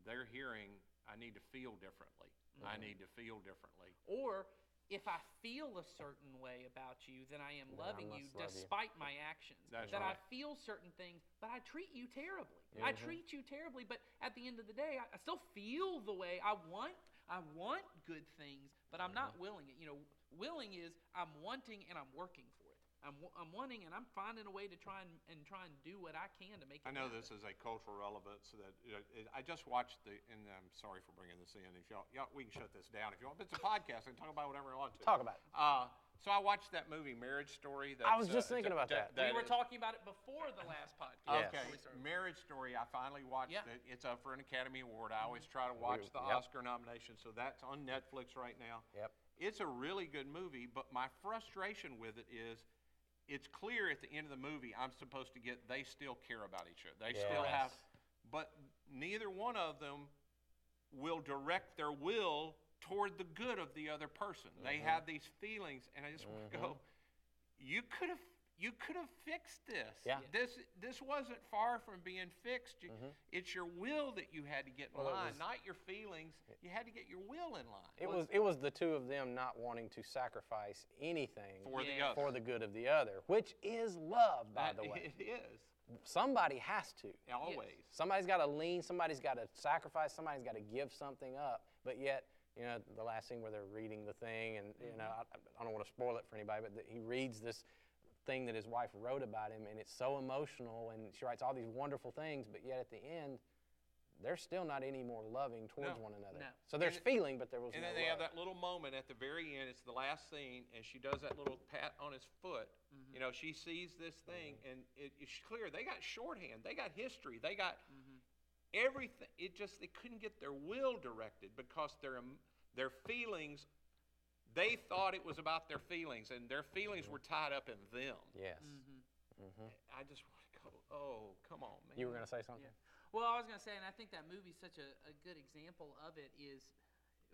[SPEAKER 2] they're hearing, I need to feel differently. I need to feel differently.
[SPEAKER 3] Or if I feel a certain way about you, then I am
[SPEAKER 1] I
[SPEAKER 3] loving you
[SPEAKER 1] must love you.
[SPEAKER 3] despite my actions.
[SPEAKER 2] That's
[SPEAKER 3] that
[SPEAKER 2] right.
[SPEAKER 3] I feel certain things, but I treat you terribly. I
[SPEAKER 1] Mm-hmm.
[SPEAKER 3] treat you terribly, but at the end of the day, I, I still feel the way I want. I want good things, but I'm
[SPEAKER 1] Mm-hmm.
[SPEAKER 3] not willing it. You know, willing is I'm wanting and I'm working for it. I'm, wa- I'm wanting and I'm finding a way to try and, and try and do what I can to make it.
[SPEAKER 2] I know
[SPEAKER 3] happen.
[SPEAKER 2] this is a cultural relevance that you know, it- I just watched the, and I'm sorry for bringing this in. If y'all, y'all, we can shut this down if you want. But it's a podcast. I can talk about whatever I want to.
[SPEAKER 1] Talk about it.
[SPEAKER 2] Uh, so I watched that movie, Marriage Story. That's, uh,
[SPEAKER 1] was just thinking about that.
[SPEAKER 3] We were
[SPEAKER 2] is-
[SPEAKER 3] talking about it before the last
[SPEAKER 1] Yes.
[SPEAKER 3] podcast.
[SPEAKER 2] Okay,
[SPEAKER 3] We started.
[SPEAKER 2] Marriage Story. I finally watched
[SPEAKER 3] Yeah.
[SPEAKER 2] it. It's up for an Academy Award. I always try to watch the
[SPEAKER 1] Mm-hmm. yep.
[SPEAKER 2] Oscar nomination, so that's on Netflix right now.
[SPEAKER 1] Yep.
[SPEAKER 2] It's a really good movie, but my frustration with it is it's clear at the end of the movie I'm supposed to get they still care about each other. They still
[SPEAKER 1] Yes.
[SPEAKER 2] have but neither one of them will direct their will toward the good of the other person. They
[SPEAKER 1] Mm-hmm.
[SPEAKER 2] have these feelings and I just want to go you could have you could have fixed this.
[SPEAKER 1] Yeah. Mm-hmm.
[SPEAKER 2] This this wasn't far from being fixed. You, It's your will that you had to get in
[SPEAKER 1] Well, it
[SPEAKER 2] line,
[SPEAKER 1] was-
[SPEAKER 2] not your feelings. You had to get your will in line
[SPEAKER 1] It was it was the two of them not wanting to sacrifice anything
[SPEAKER 2] for the
[SPEAKER 3] Yeah.
[SPEAKER 2] other.
[SPEAKER 1] for the good of the other, which is love, by
[SPEAKER 2] That- *laughs*
[SPEAKER 1] the way.
[SPEAKER 2] it is
[SPEAKER 1] Somebody has to.
[SPEAKER 2] always.
[SPEAKER 1] Somebody's got to lean. Somebody's got to sacrifice. Somebody's got to give something up. But yet, you know, the last scene where they're reading the thing, and you know,
[SPEAKER 2] Mm-hmm.
[SPEAKER 1] I, I don't want to spoil it for anybody, but that he reads this thing that his wife wrote about him, and it's so emotional, and she writes all these wonderful things, but yet at the end, they're still not any more loving towards
[SPEAKER 2] No.
[SPEAKER 1] one another.
[SPEAKER 3] No.
[SPEAKER 1] So there's
[SPEAKER 2] And-
[SPEAKER 1] feeling, but there was
[SPEAKER 2] And
[SPEAKER 1] no
[SPEAKER 2] then they
[SPEAKER 1] love.
[SPEAKER 2] have that little moment at the very end. It's the last scene, and she does that little pat on his foot.
[SPEAKER 1] Mm-hmm.
[SPEAKER 2] You know, she sees this thing, and it, it's clear they got shorthand, they got history, they got
[SPEAKER 3] Mm-hmm.
[SPEAKER 2] everything. It just they couldn't get their will directed because their em- their feelings. They thought it was about their feelings, and their feelings were tied up in them.
[SPEAKER 1] yes.
[SPEAKER 3] Mm-hmm.
[SPEAKER 2] Mm.
[SPEAKER 1] Mm-hmm.
[SPEAKER 2] I just want to go, oh, come on, man.
[SPEAKER 1] You were gonna say something.
[SPEAKER 3] Well, I was going to say, and I think that movie's such a, a good example of it is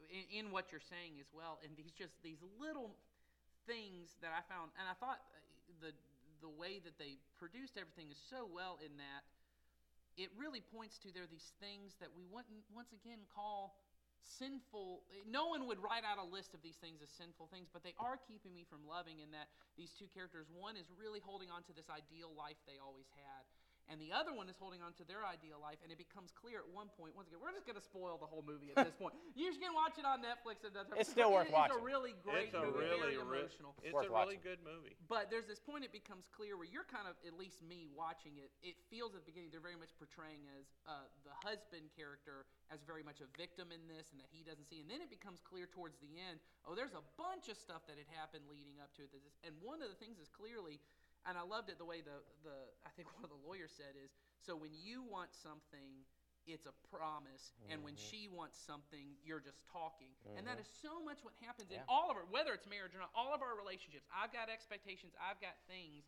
[SPEAKER 3] in, in what you're saying as well, and these just these little things that I found, and I thought uh, the the way that they produced everything is so well in that it really points to there are these things that we wouldn't once again call sinful no one would write out a list of these things as sinful things but they are keeping me from loving in that these two characters one is really holding on to this ideal life they always had and the other one is holding on to their ideal life and it becomes clear at one point once again we're just going to spoil the whole
[SPEAKER 1] *laughs*
[SPEAKER 3] movie at this point you just can watch it on netflix and that's
[SPEAKER 1] It's
[SPEAKER 3] *laughs*
[SPEAKER 1] still worth
[SPEAKER 3] it's
[SPEAKER 1] watching.
[SPEAKER 3] a really great
[SPEAKER 2] it's a
[SPEAKER 3] movie
[SPEAKER 2] really,
[SPEAKER 3] very
[SPEAKER 2] re-
[SPEAKER 3] emotional
[SPEAKER 2] it's
[SPEAKER 1] worth
[SPEAKER 2] a
[SPEAKER 1] watching.
[SPEAKER 2] really good movie.
[SPEAKER 3] but there's this point it becomes clear where you're kind of, at least me watching it, it feels at the beginning they're very much portraying as uh, the husband character as very much a victim in this and that he doesn't see. And then it becomes clear towards the end, oh, there's a bunch of stuff that had happened leading up to it. This- And one of the things is clearly, and I loved it the way the, the I think *laughs* one of the lawyers said is, so when you want something, it's a promise. And when she wants something, you're just talking. And that is
[SPEAKER 2] Mm-hmm.
[SPEAKER 3] so much what happens in all of our, whether it's marriage or not, all of our relationships. I've got expectations, I've got things.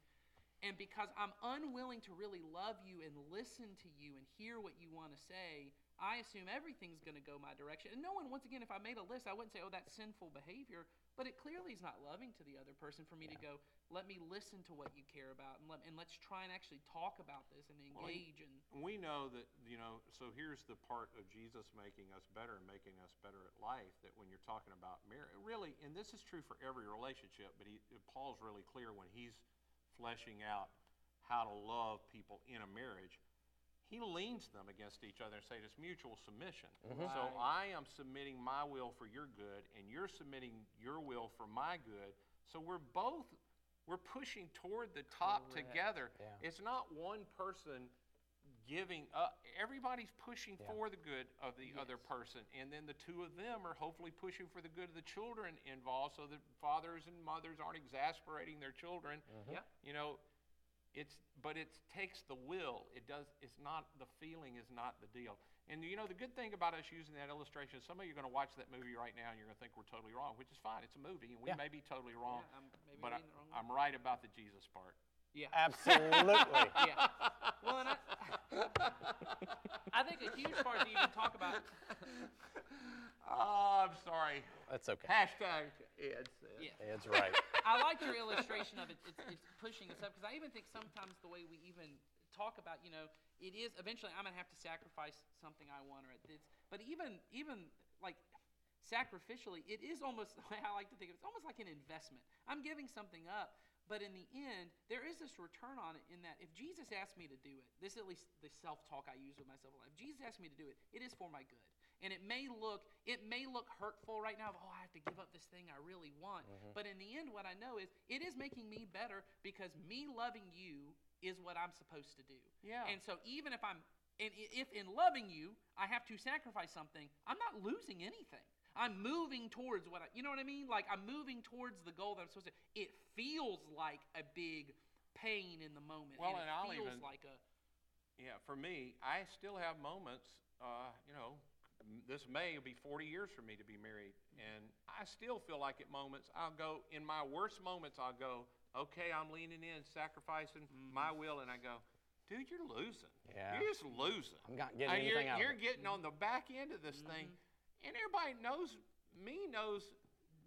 [SPEAKER 3] And because I'm unwilling to really love you and listen to you and hear what you want to say, I assume everything's going to go my direction. And no one, once again, if I made a list, I wouldn't say, oh, that's sinful behavior. But it clearly is not loving to the other person for me to go, let me listen to what you care about and, let, and let's try and actually talk about this and
[SPEAKER 2] Well, and-
[SPEAKER 3] engage. and
[SPEAKER 2] we know that you know so here's the part of jesus making us better and making us better at life that when you're talking about marriage really and this is true for every relationship but he, paul's really clear when he's fleshing out how to love people in a marriage he leans them against each other and say it's mutual submission.
[SPEAKER 3] Mhm.
[SPEAKER 2] So
[SPEAKER 3] Right.
[SPEAKER 2] I am submitting my will for your good, and you're submitting your will for my good. So we're both we're pushing toward the top
[SPEAKER 3] Correct.
[SPEAKER 2] together.
[SPEAKER 1] Yeah.
[SPEAKER 2] It's not one person giving up. Everybody's pushing
[SPEAKER 1] Yeah.
[SPEAKER 2] for the good of the other
[SPEAKER 3] Yes.
[SPEAKER 2] person, and then the two of them are hopefully pushing for the good of the children involved, so that fathers and mothers aren't exasperating their children.
[SPEAKER 1] Mm-hmm.
[SPEAKER 3] Yep.
[SPEAKER 2] You know, it's but it takes the will. It does. It's not the feeling is not the deal. And you know the good thing about us using that illustration is some of you are going to watch that movie right now and you're going to think we're totally wrong, which is fine. It's a movie and we
[SPEAKER 1] Yeah.
[SPEAKER 2] may be totally wrong,
[SPEAKER 3] Yeah, I'm maybe
[SPEAKER 2] but I,
[SPEAKER 3] reading the wrong one.
[SPEAKER 2] I'm right about the Jesus part.
[SPEAKER 3] Yeah.
[SPEAKER 1] *laughs* Absolutely.
[SPEAKER 3] *laughs* Yeah. Well, and I, I think a huge part to even talk about.
[SPEAKER 2] *laughs* Oh, I'm sorry.
[SPEAKER 1] That's
[SPEAKER 2] *laughs*
[SPEAKER 1] okay.
[SPEAKER 2] Hashtag Ed said.
[SPEAKER 3] Yeah.
[SPEAKER 1] That's right.
[SPEAKER 3] I like your illustration of it. It's, it's pushing us up because I even think sometimes the way we even talk about, you know, it is eventually I'm gonna have to sacrifice something I want, or it's. But even even like sacrificially, it is almost *laughs* the way I like to think of it. It's almost like an investment. I'm giving something up, but in the end, there is this return on it. In that, if Jesus asked me to do it, this is at least the self talk I use with myself. a lot. If Jesus asked me to do it, it is for my good. And it may look it may look hurtful right now. Of, oh, I have to give up this thing I really want. But in the end, what I know is it is making me better because me loving you is what I'm supposed to do.
[SPEAKER 2] Yeah.
[SPEAKER 3] And so even if I'm and i- if in loving you I have to sacrifice something, I'm not losing anything. I'm moving towards what I you know what I mean? Like I'm moving towards the goal that I'm supposed to. It feels like a big pain in the moment.
[SPEAKER 2] Well,
[SPEAKER 3] and,
[SPEAKER 2] and
[SPEAKER 3] it
[SPEAKER 2] I'll
[SPEAKER 3] feels
[SPEAKER 2] even-
[SPEAKER 3] like a
[SPEAKER 2] Yeah, for me, I still have moments. Uh, you know, m- this May will be 40 years for me to be married, and I still feel like at moments I'll go in my worst moments I'll go, okay, I'm leaning in, sacrificing
[SPEAKER 3] Mm.
[SPEAKER 2] my will, and I go, dude, you're losing.
[SPEAKER 1] Yeah.
[SPEAKER 2] You're just losing.
[SPEAKER 1] I'm not getting
[SPEAKER 2] Uh, you're,
[SPEAKER 1] anything out of
[SPEAKER 2] you're
[SPEAKER 1] it.
[SPEAKER 2] getting on the back end of this thing, and everybody knows me knows.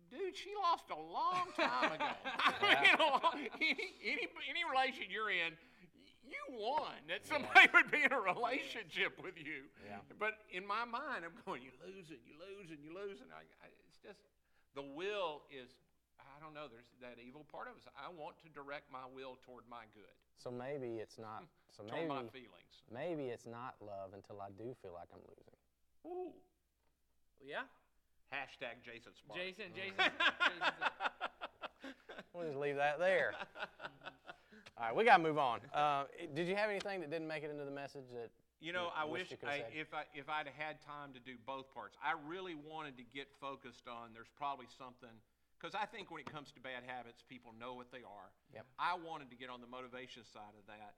[SPEAKER 2] Dude, she lost a long
[SPEAKER 1] *laughs*
[SPEAKER 2] time ago. *laughs* I mean,
[SPEAKER 1] Yeah.
[SPEAKER 2] a long- any, any any relation you're in, you won that somebody would be in a relationship with you.
[SPEAKER 1] Yeah.
[SPEAKER 2] But in my mind, I'm going, you losing, you losing, you losing. I, I, it's just the will is, I don't know. There's that evil part of us. I want to direct my will toward my good,
[SPEAKER 1] So maybe it's not. So
[SPEAKER 2] toward my
[SPEAKER 1] maybe
[SPEAKER 2] feelings.
[SPEAKER 1] maybe it's not love until I do feel like I'm losing.
[SPEAKER 2] Ooh.
[SPEAKER 3] yeah.
[SPEAKER 2] Hashtag Jason Smart. *laughs*
[SPEAKER 3] Jason, Jason, Jason's a-
[SPEAKER 1] We'll just leave that there. *laughs* All right, we gotta move on. *laughs* Uh, i- did you have anything that didn't make it into the message that?
[SPEAKER 2] *laughs* You know,
[SPEAKER 1] you
[SPEAKER 2] I wish
[SPEAKER 1] wished you could've
[SPEAKER 2] I,
[SPEAKER 1] said?
[SPEAKER 2] if I if I'd had time to do both parts. I really wanted to get focused on. There's probably something because I think when it comes to bad habits, people know what they are.
[SPEAKER 1] Yep.
[SPEAKER 2] I wanted to get on the motivation side of that.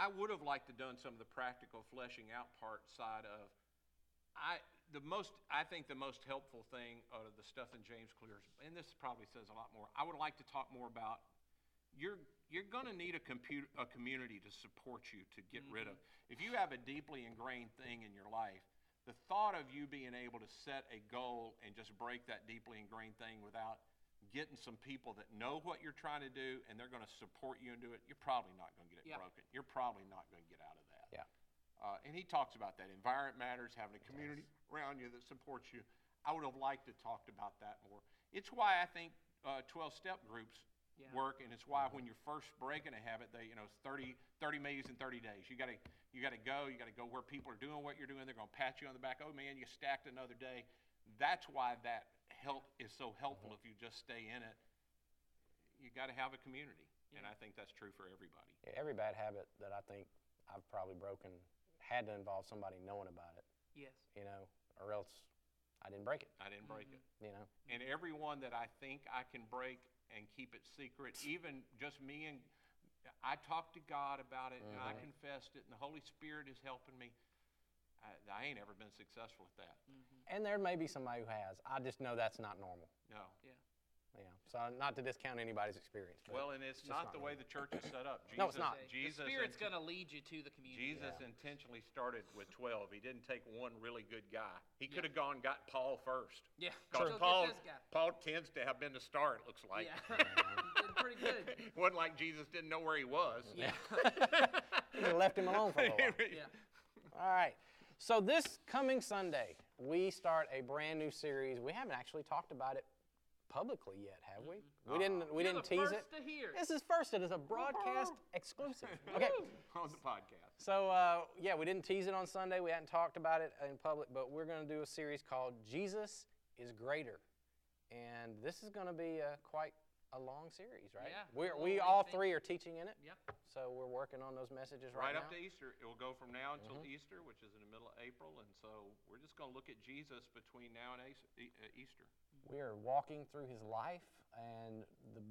[SPEAKER 2] I would have liked to done some of the practical fleshing out part side of. I the most I think the most helpful thing out of the stuff in James Clear's, and this probably says a lot more. I would like to talk more about you're you're going to need a computer a community to support you to get rid of. If you have a deeply ingrained thing in your life, the thought of you being able to set a goal and just break that deeply ingrained thing without getting some people that know what you're trying to do and they're going to support you and do it, you're probably not going to get it
[SPEAKER 3] Yeah.
[SPEAKER 2] broken. You're probably not going to get out of that.
[SPEAKER 1] Yeah.
[SPEAKER 2] Uh, and he talks about that. Environment matters, having a community around you that supports you. I would have liked to talked about that more. It's why I think uh, 12 step groups
[SPEAKER 3] Yeah.
[SPEAKER 2] work, and it's why when you're first breaking a habit, they, you know, it's 30, 30 meetings in 30 days. You got to you got to go, you got to go where people are doing what you're doing. They're going to pat you on the back. Oh, man, you stacked another day. That's why that help is so helpful if you just stay in it. You got to have a community, and I think that's true for everybody.
[SPEAKER 1] Yeah, every bad habit that I think I've probably broken had to involve somebody knowing about it,
[SPEAKER 3] yes.
[SPEAKER 1] you know, or else I didn't break it,
[SPEAKER 2] I didn't break
[SPEAKER 3] Mm-hmm.
[SPEAKER 2] it.
[SPEAKER 1] you know.
[SPEAKER 2] and everyone that I think I can break and keep it secret, even just me and I talked to God about it and I
[SPEAKER 1] Mm-hmm.
[SPEAKER 2] confessed it, and the Holy Spirit is helping me. I, I ain't ever been successful at that.
[SPEAKER 3] Mm-hmm.
[SPEAKER 1] And there may be somebody who has. I just know that's not normal.
[SPEAKER 2] No.
[SPEAKER 1] You know, so not to discount anybody's experience. But
[SPEAKER 2] Well, and it's
[SPEAKER 1] just
[SPEAKER 2] not
[SPEAKER 1] not
[SPEAKER 2] the way the church is set up. Jesus,
[SPEAKER 1] *clears throat* No, it's not.
[SPEAKER 3] Say,
[SPEAKER 2] Ah, Jesus,
[SPEAKER 3] the Spirit's
[SPEAKER 2] int-
[SPEAKER 3] going to lead you to the community.
[SPEAKER 2] Jesus intentionally started with twelve. He didn't take one really good guy. He could have gone and got Paul first.
[SPEAKER 3] Yeah.
[SPEAKER 2] Because
[SPEAKER 3] Go get
[SPEAKER 2] Paul,
[SPEAKER 3] this guy.
[SPEAKER 2] Paul tends to have been the star. It looks *laughs* like.
[SPEAKER 3] yeah. You did pretty
[SPEAKER 2] *laughs*
[SPEAKER 3] good.
[SPEAKER 2] it wasn't like Jesus didn't know where he was.
[SPEAKER 1] *laughs*
[SPEAKER 3] Yeah.
[SPEAKER 1] You could've left him alone for a little
[SPEAKER 2] *laughs*
[SPEAKER 1] while.
[SPEAKER 3] Yeah.
[SPEAKER 1] All right. So this coming Sunday, we start a brand new series. We haven't actually talked about it publicly yet, have we? We didn't. We
[SPEAKER 3] You're
[SPEAKER 1] didn't
[SPEAKER 3] the
[SPEAKER 1] tease
[SPEAKER 3] first
[SPEAKER 1] it.
[SPEAKER 3] to hear.
[SPEAKER 1] This is first. It is a
[SPEAKER 3] *laughs*
[SPEAKER 1] broadcast exclusive. Okay.
[SPEAKER 2] on the podcast.
[SPEAKER 1] So uh, yeah, we didn't tease it on Sunday. We hadn't talked about it in public, but we're going to do a series called "Jesus Is Greater," and this is going to be uh, quite a long series, right?
[SPEAKER 3] Yeah,
[SPEAKER 1] We're,
[SPEAKER 3] well,
[SPEAKER 1] we
[SPEAKER 3] we
[SPEAKER 1] all
[SPEAKER 3] think-
[SPEAKER 1] three are teaching in it,
[SPEAKER 3] Yep.
[SPEAKER 1] so we're working on those messages right,
[SPEAKER 2] Right up
[SPEAKER 1] now. Mm-hmm.
[SPEAKER 2] to Easter. It will go from now until Easter, which is in the middle of April. And so we're just going to look at Jesus between now and Ace- E- uh, Easter.
[SPEAKER 1] we are walking through his life, and the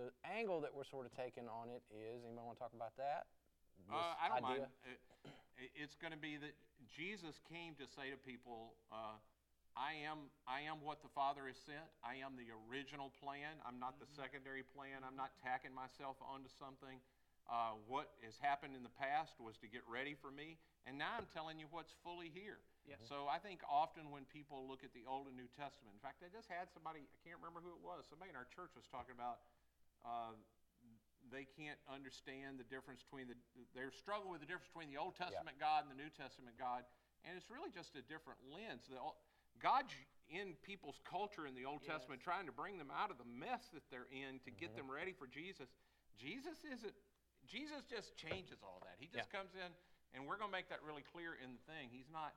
[SPEAKER 1] the angle that we're sort of taking on it is anybody want to talk about that? This
[SPEAKER 2] Uh, I don't
[SPEAKER 1] idea?
[SPEAKER 2] mind. Uh, i- it's going to be that Jesus came to say to people, uh, "I am, I am what the Father has sent. I am the original plan. I'm not the secondary plan. I'm not tacking myself onto something. Uh, what has happened in the past was to get ready for me, and now I'm telling you what's fully here."
[SPEAKER 3] Yeah.
[SPEAKER 2] So I think often when people look at the Old and New Testament, in fact, I just had somebody, I can't remember who it was, somebody in our church was talking about. Uh, they can't understand the difference between the they're struggling with the difference between the Old Testament God and the New Testament God, and it's really just a different lens. The Ol- God's in people's culture in the Old
[SPEAKER 3] Yes.
[SPEAKER 2] Testament, trying to bring them out of the mess that they're in to get
[SPEAKER 1] Mm-hmm.
[SPEAKER 2] them ready for Jesus. Jesus isn't. Jesus just changes all that. He just comes in, and we're going to make that really clear in the thing. He's not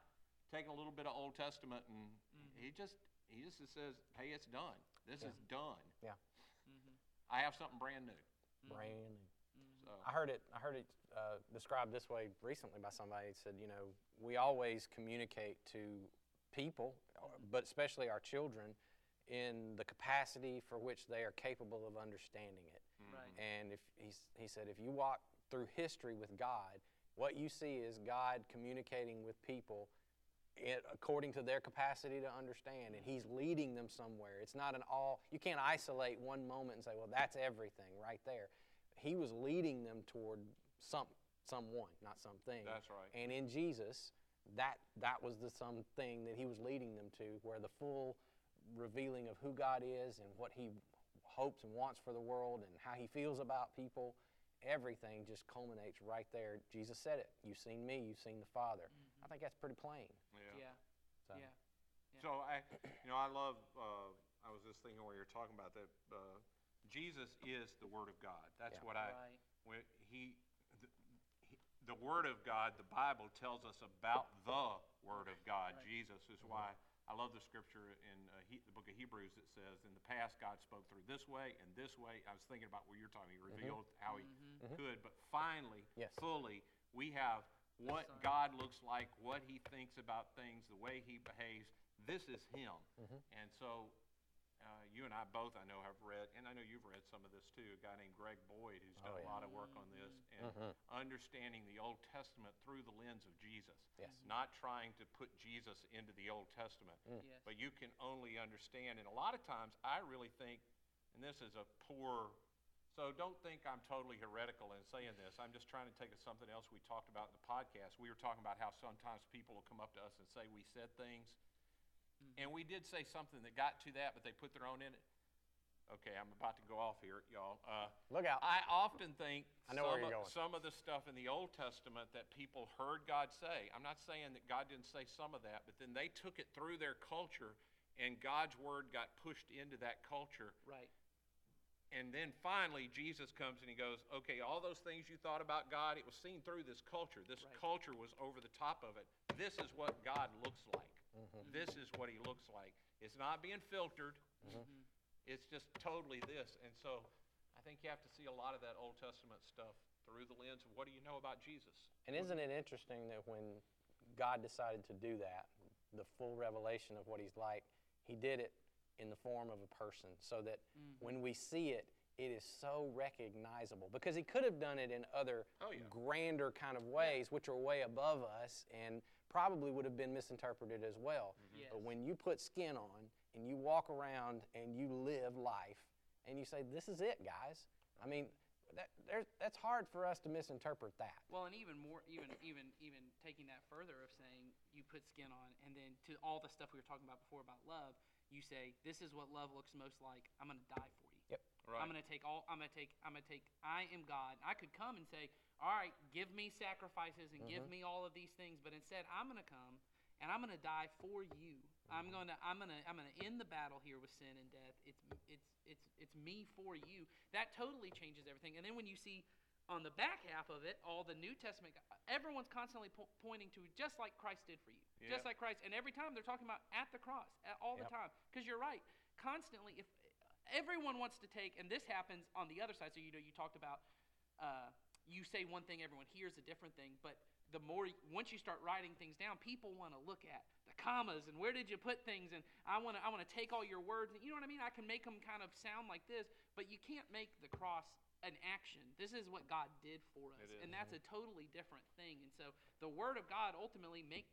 [SPEAKER 2] taking a little bit of Old Testament and he just he just says, "Hey, it's done. This is done.
[SPEAKER 1] Mm-hmm. Yeah.
[SPEAKER 3] Mm-hmm.
[SPEAKER 2] I have something brand new."
[SPEAKER 1] Brand new.
[SPEAKER 2] Mm-hmm. So.
[SPEAKER 1] I heard it. I heard it uh, described this way recently by somebody. It said, you know, we always communicate to people, uh, but especially our children, in the capacity for which they are capable of understanding it.
[SPEAKER 3] Right.
[SPEAKER 1] And if he, s- he said, if you walk through history with God, what you see is God communicating with people it, according to their capacity to understand, and He's leading them somewhere. It's not an all, you can't isolate one moment and say, well, that's everything right there. He was leading them toward some, someone, not something.
[SPEAKER 2] That's right.
[SPEAKER 1] And in Jesus, that, that was the something that He was leading them to, where the full revealing of who God is and what He hopes and wants for the world and how He feels about people. Everything just culminates right there. Jesus said it. You've seen me, you've seen the Father. I think that's pretty plain.
[SPEAKER 3] Yeah.
[SPEAKER 1] So.
[SPEAKER 3] Mm-hmm. Yeah.
[SPEAKER 2] So I, you know, I love. Uh, I was just thinking when you were talking about that. Uh, Jesus is the Word of God. That's
[SPEAKER 1] Yeah.
[SPEAKER 2] what I.
[SPEAKER 3] Right.
[SPEAKER 2] When he, the, he, the Word of God, the Bible tells us about the Word of God. Jesus is
[SPEAKER 3] Mm-hmm.
[SPEAKER 2] why I love the Scripture in uh, he, the Book of Hebrews that says, "In the past, God spoke through this way and this way." I was thinking about what you're talking. He revealed
[SPEAKER 3] Mm-hmm.
[SPEAKER 2] how he could, but finally,
[SPEAKER 1] Yes.
[SPEAKER 2] fully, we have what
[SPEAKER 3] Son.
[SPEAKER 2] God looks like, what He thinks about things, the way He behaves. This is Him.
[SPEAKER 1] Mm-hmm.
[SPEAKER 2] And so, uh, you and I both, I know, have read, and I know you've read some of this too. A guy named Greg Boyd, who's done
[SPEAKER 1] Oh, yeah. Mm-hmm.
[SPEAKER 2] a lot of work on this, and understanding the Old Testament through the lens of Jesus.
[SPEAKER 1] Yes.
[SPEAKER 2] Not trying to put Jesus into the Old Testament,
[SPEAKER 3] Mm-hmm. Yes.
[SPEAKER 2] but you can only understand. And a lot of times, I really think, and this is a poor, so don't think I'm totally heretical in saying this. I'm just trying to take something else we talked about in the podcast. We were talking about how sometimes people will come up to us and say we said things, and we did say something that got to that, but they put their own in it. Okay, I'm about to go off here, y'all. Uh,
[SPEAKER 1] Look out.
[SPEAKER 2] I often think
[SPEAKER 1] I know
[SPEAKER 2] some,
[SPEAKER 1] where you're
[SPEAKER 2] of,
[SPEAKER 1] going.
[SPEAKER 2] some of the stuff in the Old Testament that people heard God say. I'm not saying that God didn't say some of that, but then they took it through their culture, and God's word got pushed into that culture.
[SPEAKER 3] Right.
[SPEAKER 2] And then finally, Jesus comes and he goes, Okay, all those things you thought about God, it was seen through this culture. This
[SPEAKER 3] Right.
[SPEAKER 2] culture was over the top of it. This is what God looks like. This is what he looks like. It's not being filtered, Mm-hmm. it's just totally this. And so I think you have to see a lot of that Old Testament stuff through the lens of what do you know about Jesus?
[SPEAKER 1] And isn't it interesting that when God decided to do that, the full revelation of what He's like, He did it in the form of a person so that
[SPEAKER 3] Mm-hmm.
[SPEAKER 2] Mm-hmm.
[SPEAKER 1] when we see it, it is so recognizable because he could have done it in other
[SPEAKER 2] Oh, yeah.
[SPEAKER 1] grander kind of ways, which are way above us and probably would have been misinterpreted as well.
[SPEAKER 2] Mm-hmm.
[SPEAKER 3] Yes.
[SPEAKER 1] But when you put skin on and you walk around and you live life and you say, This is it, guys, I mean, that, there- that's hard for us to misinterpret that.
[SPEAKER 3] Well, and even more, even even even taking that further of saying you put skin on, and then to all the stuff we were talking about before about love, you say this is what love looks most like. I'm gonna die for you.
[SPEAKER 1] Yep.
[SPEAKER 2] Right.
[SPEAKER 3] I'm gonna take all. I'm gonna take. I'm gonna take. I am God. I could come and say, all right, give me sacrifices and give me
[SPEAKER 2] Mm-hmm.
[SPEAKER 3] all of these things, but instead I'm gonna come
[SPEAKER 2] Mm-hmm.
[SPEAKER 3] and I'm gonna die for you. I'm gonna. I'm gonna. I'm gonna end the battle here with sin and death. It's me for you, that totally changes everything. And then when you see on the back half of it, all the New Testament, everyone's constantly po- pointing to just like Christ did for you,
[SPEAKER 2] Yep.
[SPEAKER 3] just like Christ. And every time they're talking about at the cross, at, all
[SPEAKER 1] Yep.
[SPEAKER 3] the time. Because you're right, constantly, if everyone wants to take, and this happens on the other side. So you know, you talked about uh, you say one thing, everyone hears a different thing, but the more once you start writing things down, people want to look at the commas and where did you put things, and I want to I want to take all your words, and you know what I mean. I can make them kind of sound like this, but you can't make the cross an action. This is what God did for us,
[SPEAKER 2] It is.
[SPEAKER 3] and that's a totally different thing. And so the Word of God ultimately make,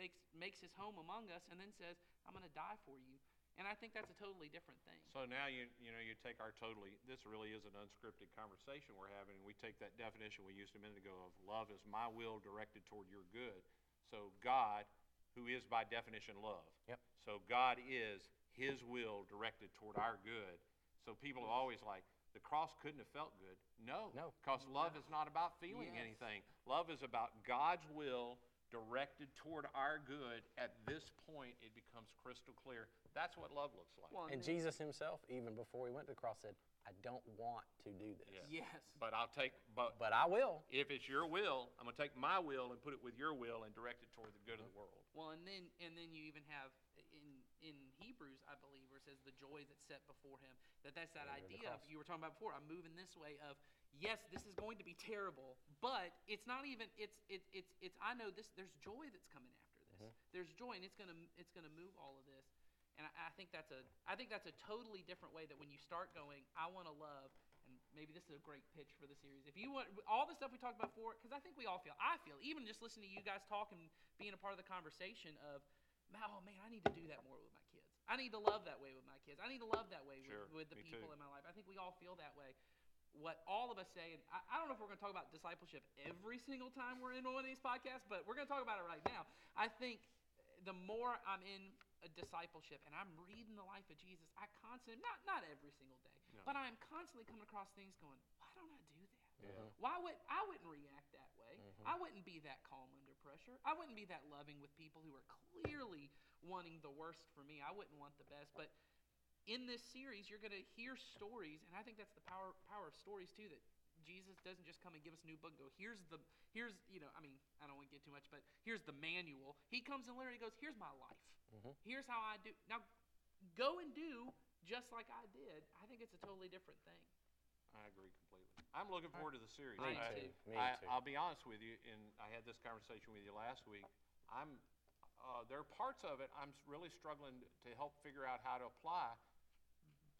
[SPEAKER 3] makes makes His home among us, and then says, "I'm going to die for you," and I think that's a totally different thing.
[SPEAKER 2] So now you you know you take our totally this really is an unscripted conversation we're having and we take that definition we used a minute ago of love is my will directed toward your good. So God, who is by definition love.
[SPEAKER 1] Yep.
[SPEAKER 2] So God is his will directed toward our good. So people are always like the cross couldn't have felt good. No.
[SPEAKER 1] No.
[SPEAKER 2] Because love is not about feeling
[SPEAKER 3] Yes.
[SPEAKER 2] anything. Love is about God's will directed toward our good. At this point it becomes crystal clear. That's what love looks like.
[SPEAKER 3] Well,
[SPEAKER 1] And
[SPEAKER 3] then-
[SPEAKER 1] Jesus himself, even before he went to the cross, said, I don't want to do this.
[SPEAKER 2] Yeah.
[SPEAKER 3] yes,
[SPEAKER 2] But I'll take, but
[SPEAKER 1] But I will.
[SPEAKER 2] if it's your will, I'm gonna take my will and put it with your will and direct it toward the good of the world.
[SPEAKER 3] Well, and then and then you even have in in Hebrews, I believe, where it says the joy that's set before him. That that's that
[SPEAKER 1] Joy of the
[SPEAKER 3] idea of
[SPEAKER 1] cross.
[SPEAKER 3] you were talking about before. I'm moving this way. Of yes, this is going to be terrible, but it's not even. It's it's it's it's. I know this. There's joy that's coming after this.
[SPEAKER 1] Mm-hmm.
[SPEAKER 3] There's joy, and it's gonna it's gonna move all of this. And I, I think that's a I think that's a totally different way that when you start going, I want to love. And maybe this is a great pitch for the series. If you want all the stuff we talked about before, because I think we all feel, I feel, even just listening to you guys talk and being a part of the conversation of, "Man, oh man, I need to do that more with my kids. I need to love that way with my kids. I need to love that way
[SPEAKER 2] Sure,
[SPEAKER 3] with, with the
[SPEAKER 2] me
[SPEAKER 3] people
[SPEAKER 2] too.
[SPEAKER 3] in my life. I think we all feel that way. What all of us say, and I, I don't know if we're going to talk about discipleship every single time we're in one of these podcasts, but we're going to talk about it right now. I think the more I'm in a discipleship and I'm reading the life of Jesus, I constantly, not, not every single day,
[SPEAKER 2] No.
[SPEAKER 3] but I'm constantly coming across things going, why don't I do that?
[SPEAKER 1] Mm-hmm.
[SPEAKER 2] Yeah.
[SPEAKER 3] Why would I wouldn't react that way?
[SPEAKER 1] Mhm.
[SPEAKER 3] I wouldn't be that calm under pressure. I wouldn't be that loving with people who are clearly wanting the worst for me. I wouldn't want the best. But in this series, you're going to hear stories, and I think that's the power power of stories too. That Jesus doesn't just come and give us a new book. And go here's the here's you know I mean I don't want to get too much, but here's the manual. He comes and literally goes, here's my life.
[SPEAKER 1] Mhm.
[SPEAKER 3] Here's how I do. Now go and do just like I did. I think it's a totally different thing.
[SPEAKER 2] I agree completely. I'm looking forward to the series.
[SPEAKER 3] Me
[SPEAKER 2] I-
[SPEAKER 3] too.
[SPEAKER 1] Me
[SPEAKER 2] I,
[SPEAKER 1] too.
[SPEAKER 2] I'll be honest with you, and I had this conversation with you last week. I'm, uh, there are parts of it I'm s- really struggling to help figure out how to apply,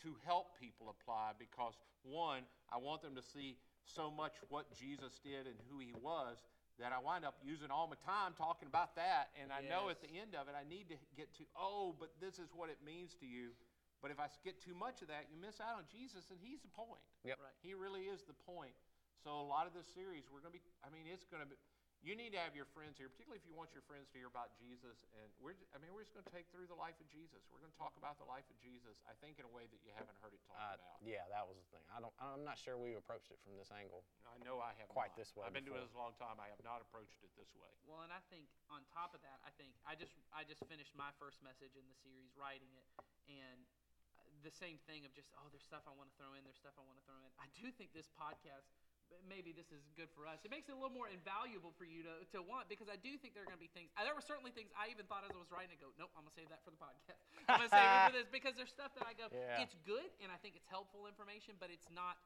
[SPEAKER 2] to help people apply, because one, I want them to see so much what Jesus did and who he was that I wind up using all my time talking about that. And I know at the
[SPEAKER 3] Yes.
[SPEAKER 2] end of it, I need to get to, oh, but this is what it means to you. But if I s- get too much of that, you miss out on Jesus, and he's the point.
[SPEAKER 1] Yep.
[SPEAKER 3] Right.
[SPEAKER 2] He really is the point. So a lot of this series, we're going to be. I mean, it's going to be. You need to have your friends here, particularly if you want your friends to hear about Jesus. And we're. j- I mean, we're just going to take through the life of Jesus. We're going to talk about the life of Jesus. I think in a way that you haven't heard it
[SPEAKER 1] Uh,
[SPEAKER 2] talked about.
[SPEAKER 1] yeah, that was the thing. I don't, I'm not sure we've approached it from this angle.
[SPEAKER 2] I know I have
[SPEAKER 1] quite
[SPEAKER 2] not.
[SPEAKER 1] this way
[SPEAKER 2] I've been doing
[SPEAKER 1] before.
[SPEAKER 2] this a long time. I have not approached it this way.
[SPEAKER 3] Well, and I think on top of that, I think I just I just finished my first message in the series writing it, and uh, the same thing of just oh, there's stuff I want to throw in, there's stuff I want to throw in. I do think this podcast. b- Maybe this is good for us. It makes it a little more invaluable for you to, to want because I do think there are going to be things. uh, There were certainly things I even thought as I was writing. I go, nope, I'm gonna save that for the podcast. *laughs* I'm gonna save it for this because there's stuff that I go,
[SPEAKER 1] Yeah.
[SPEAKER 3] it's good and I think it's helpful information, but it's not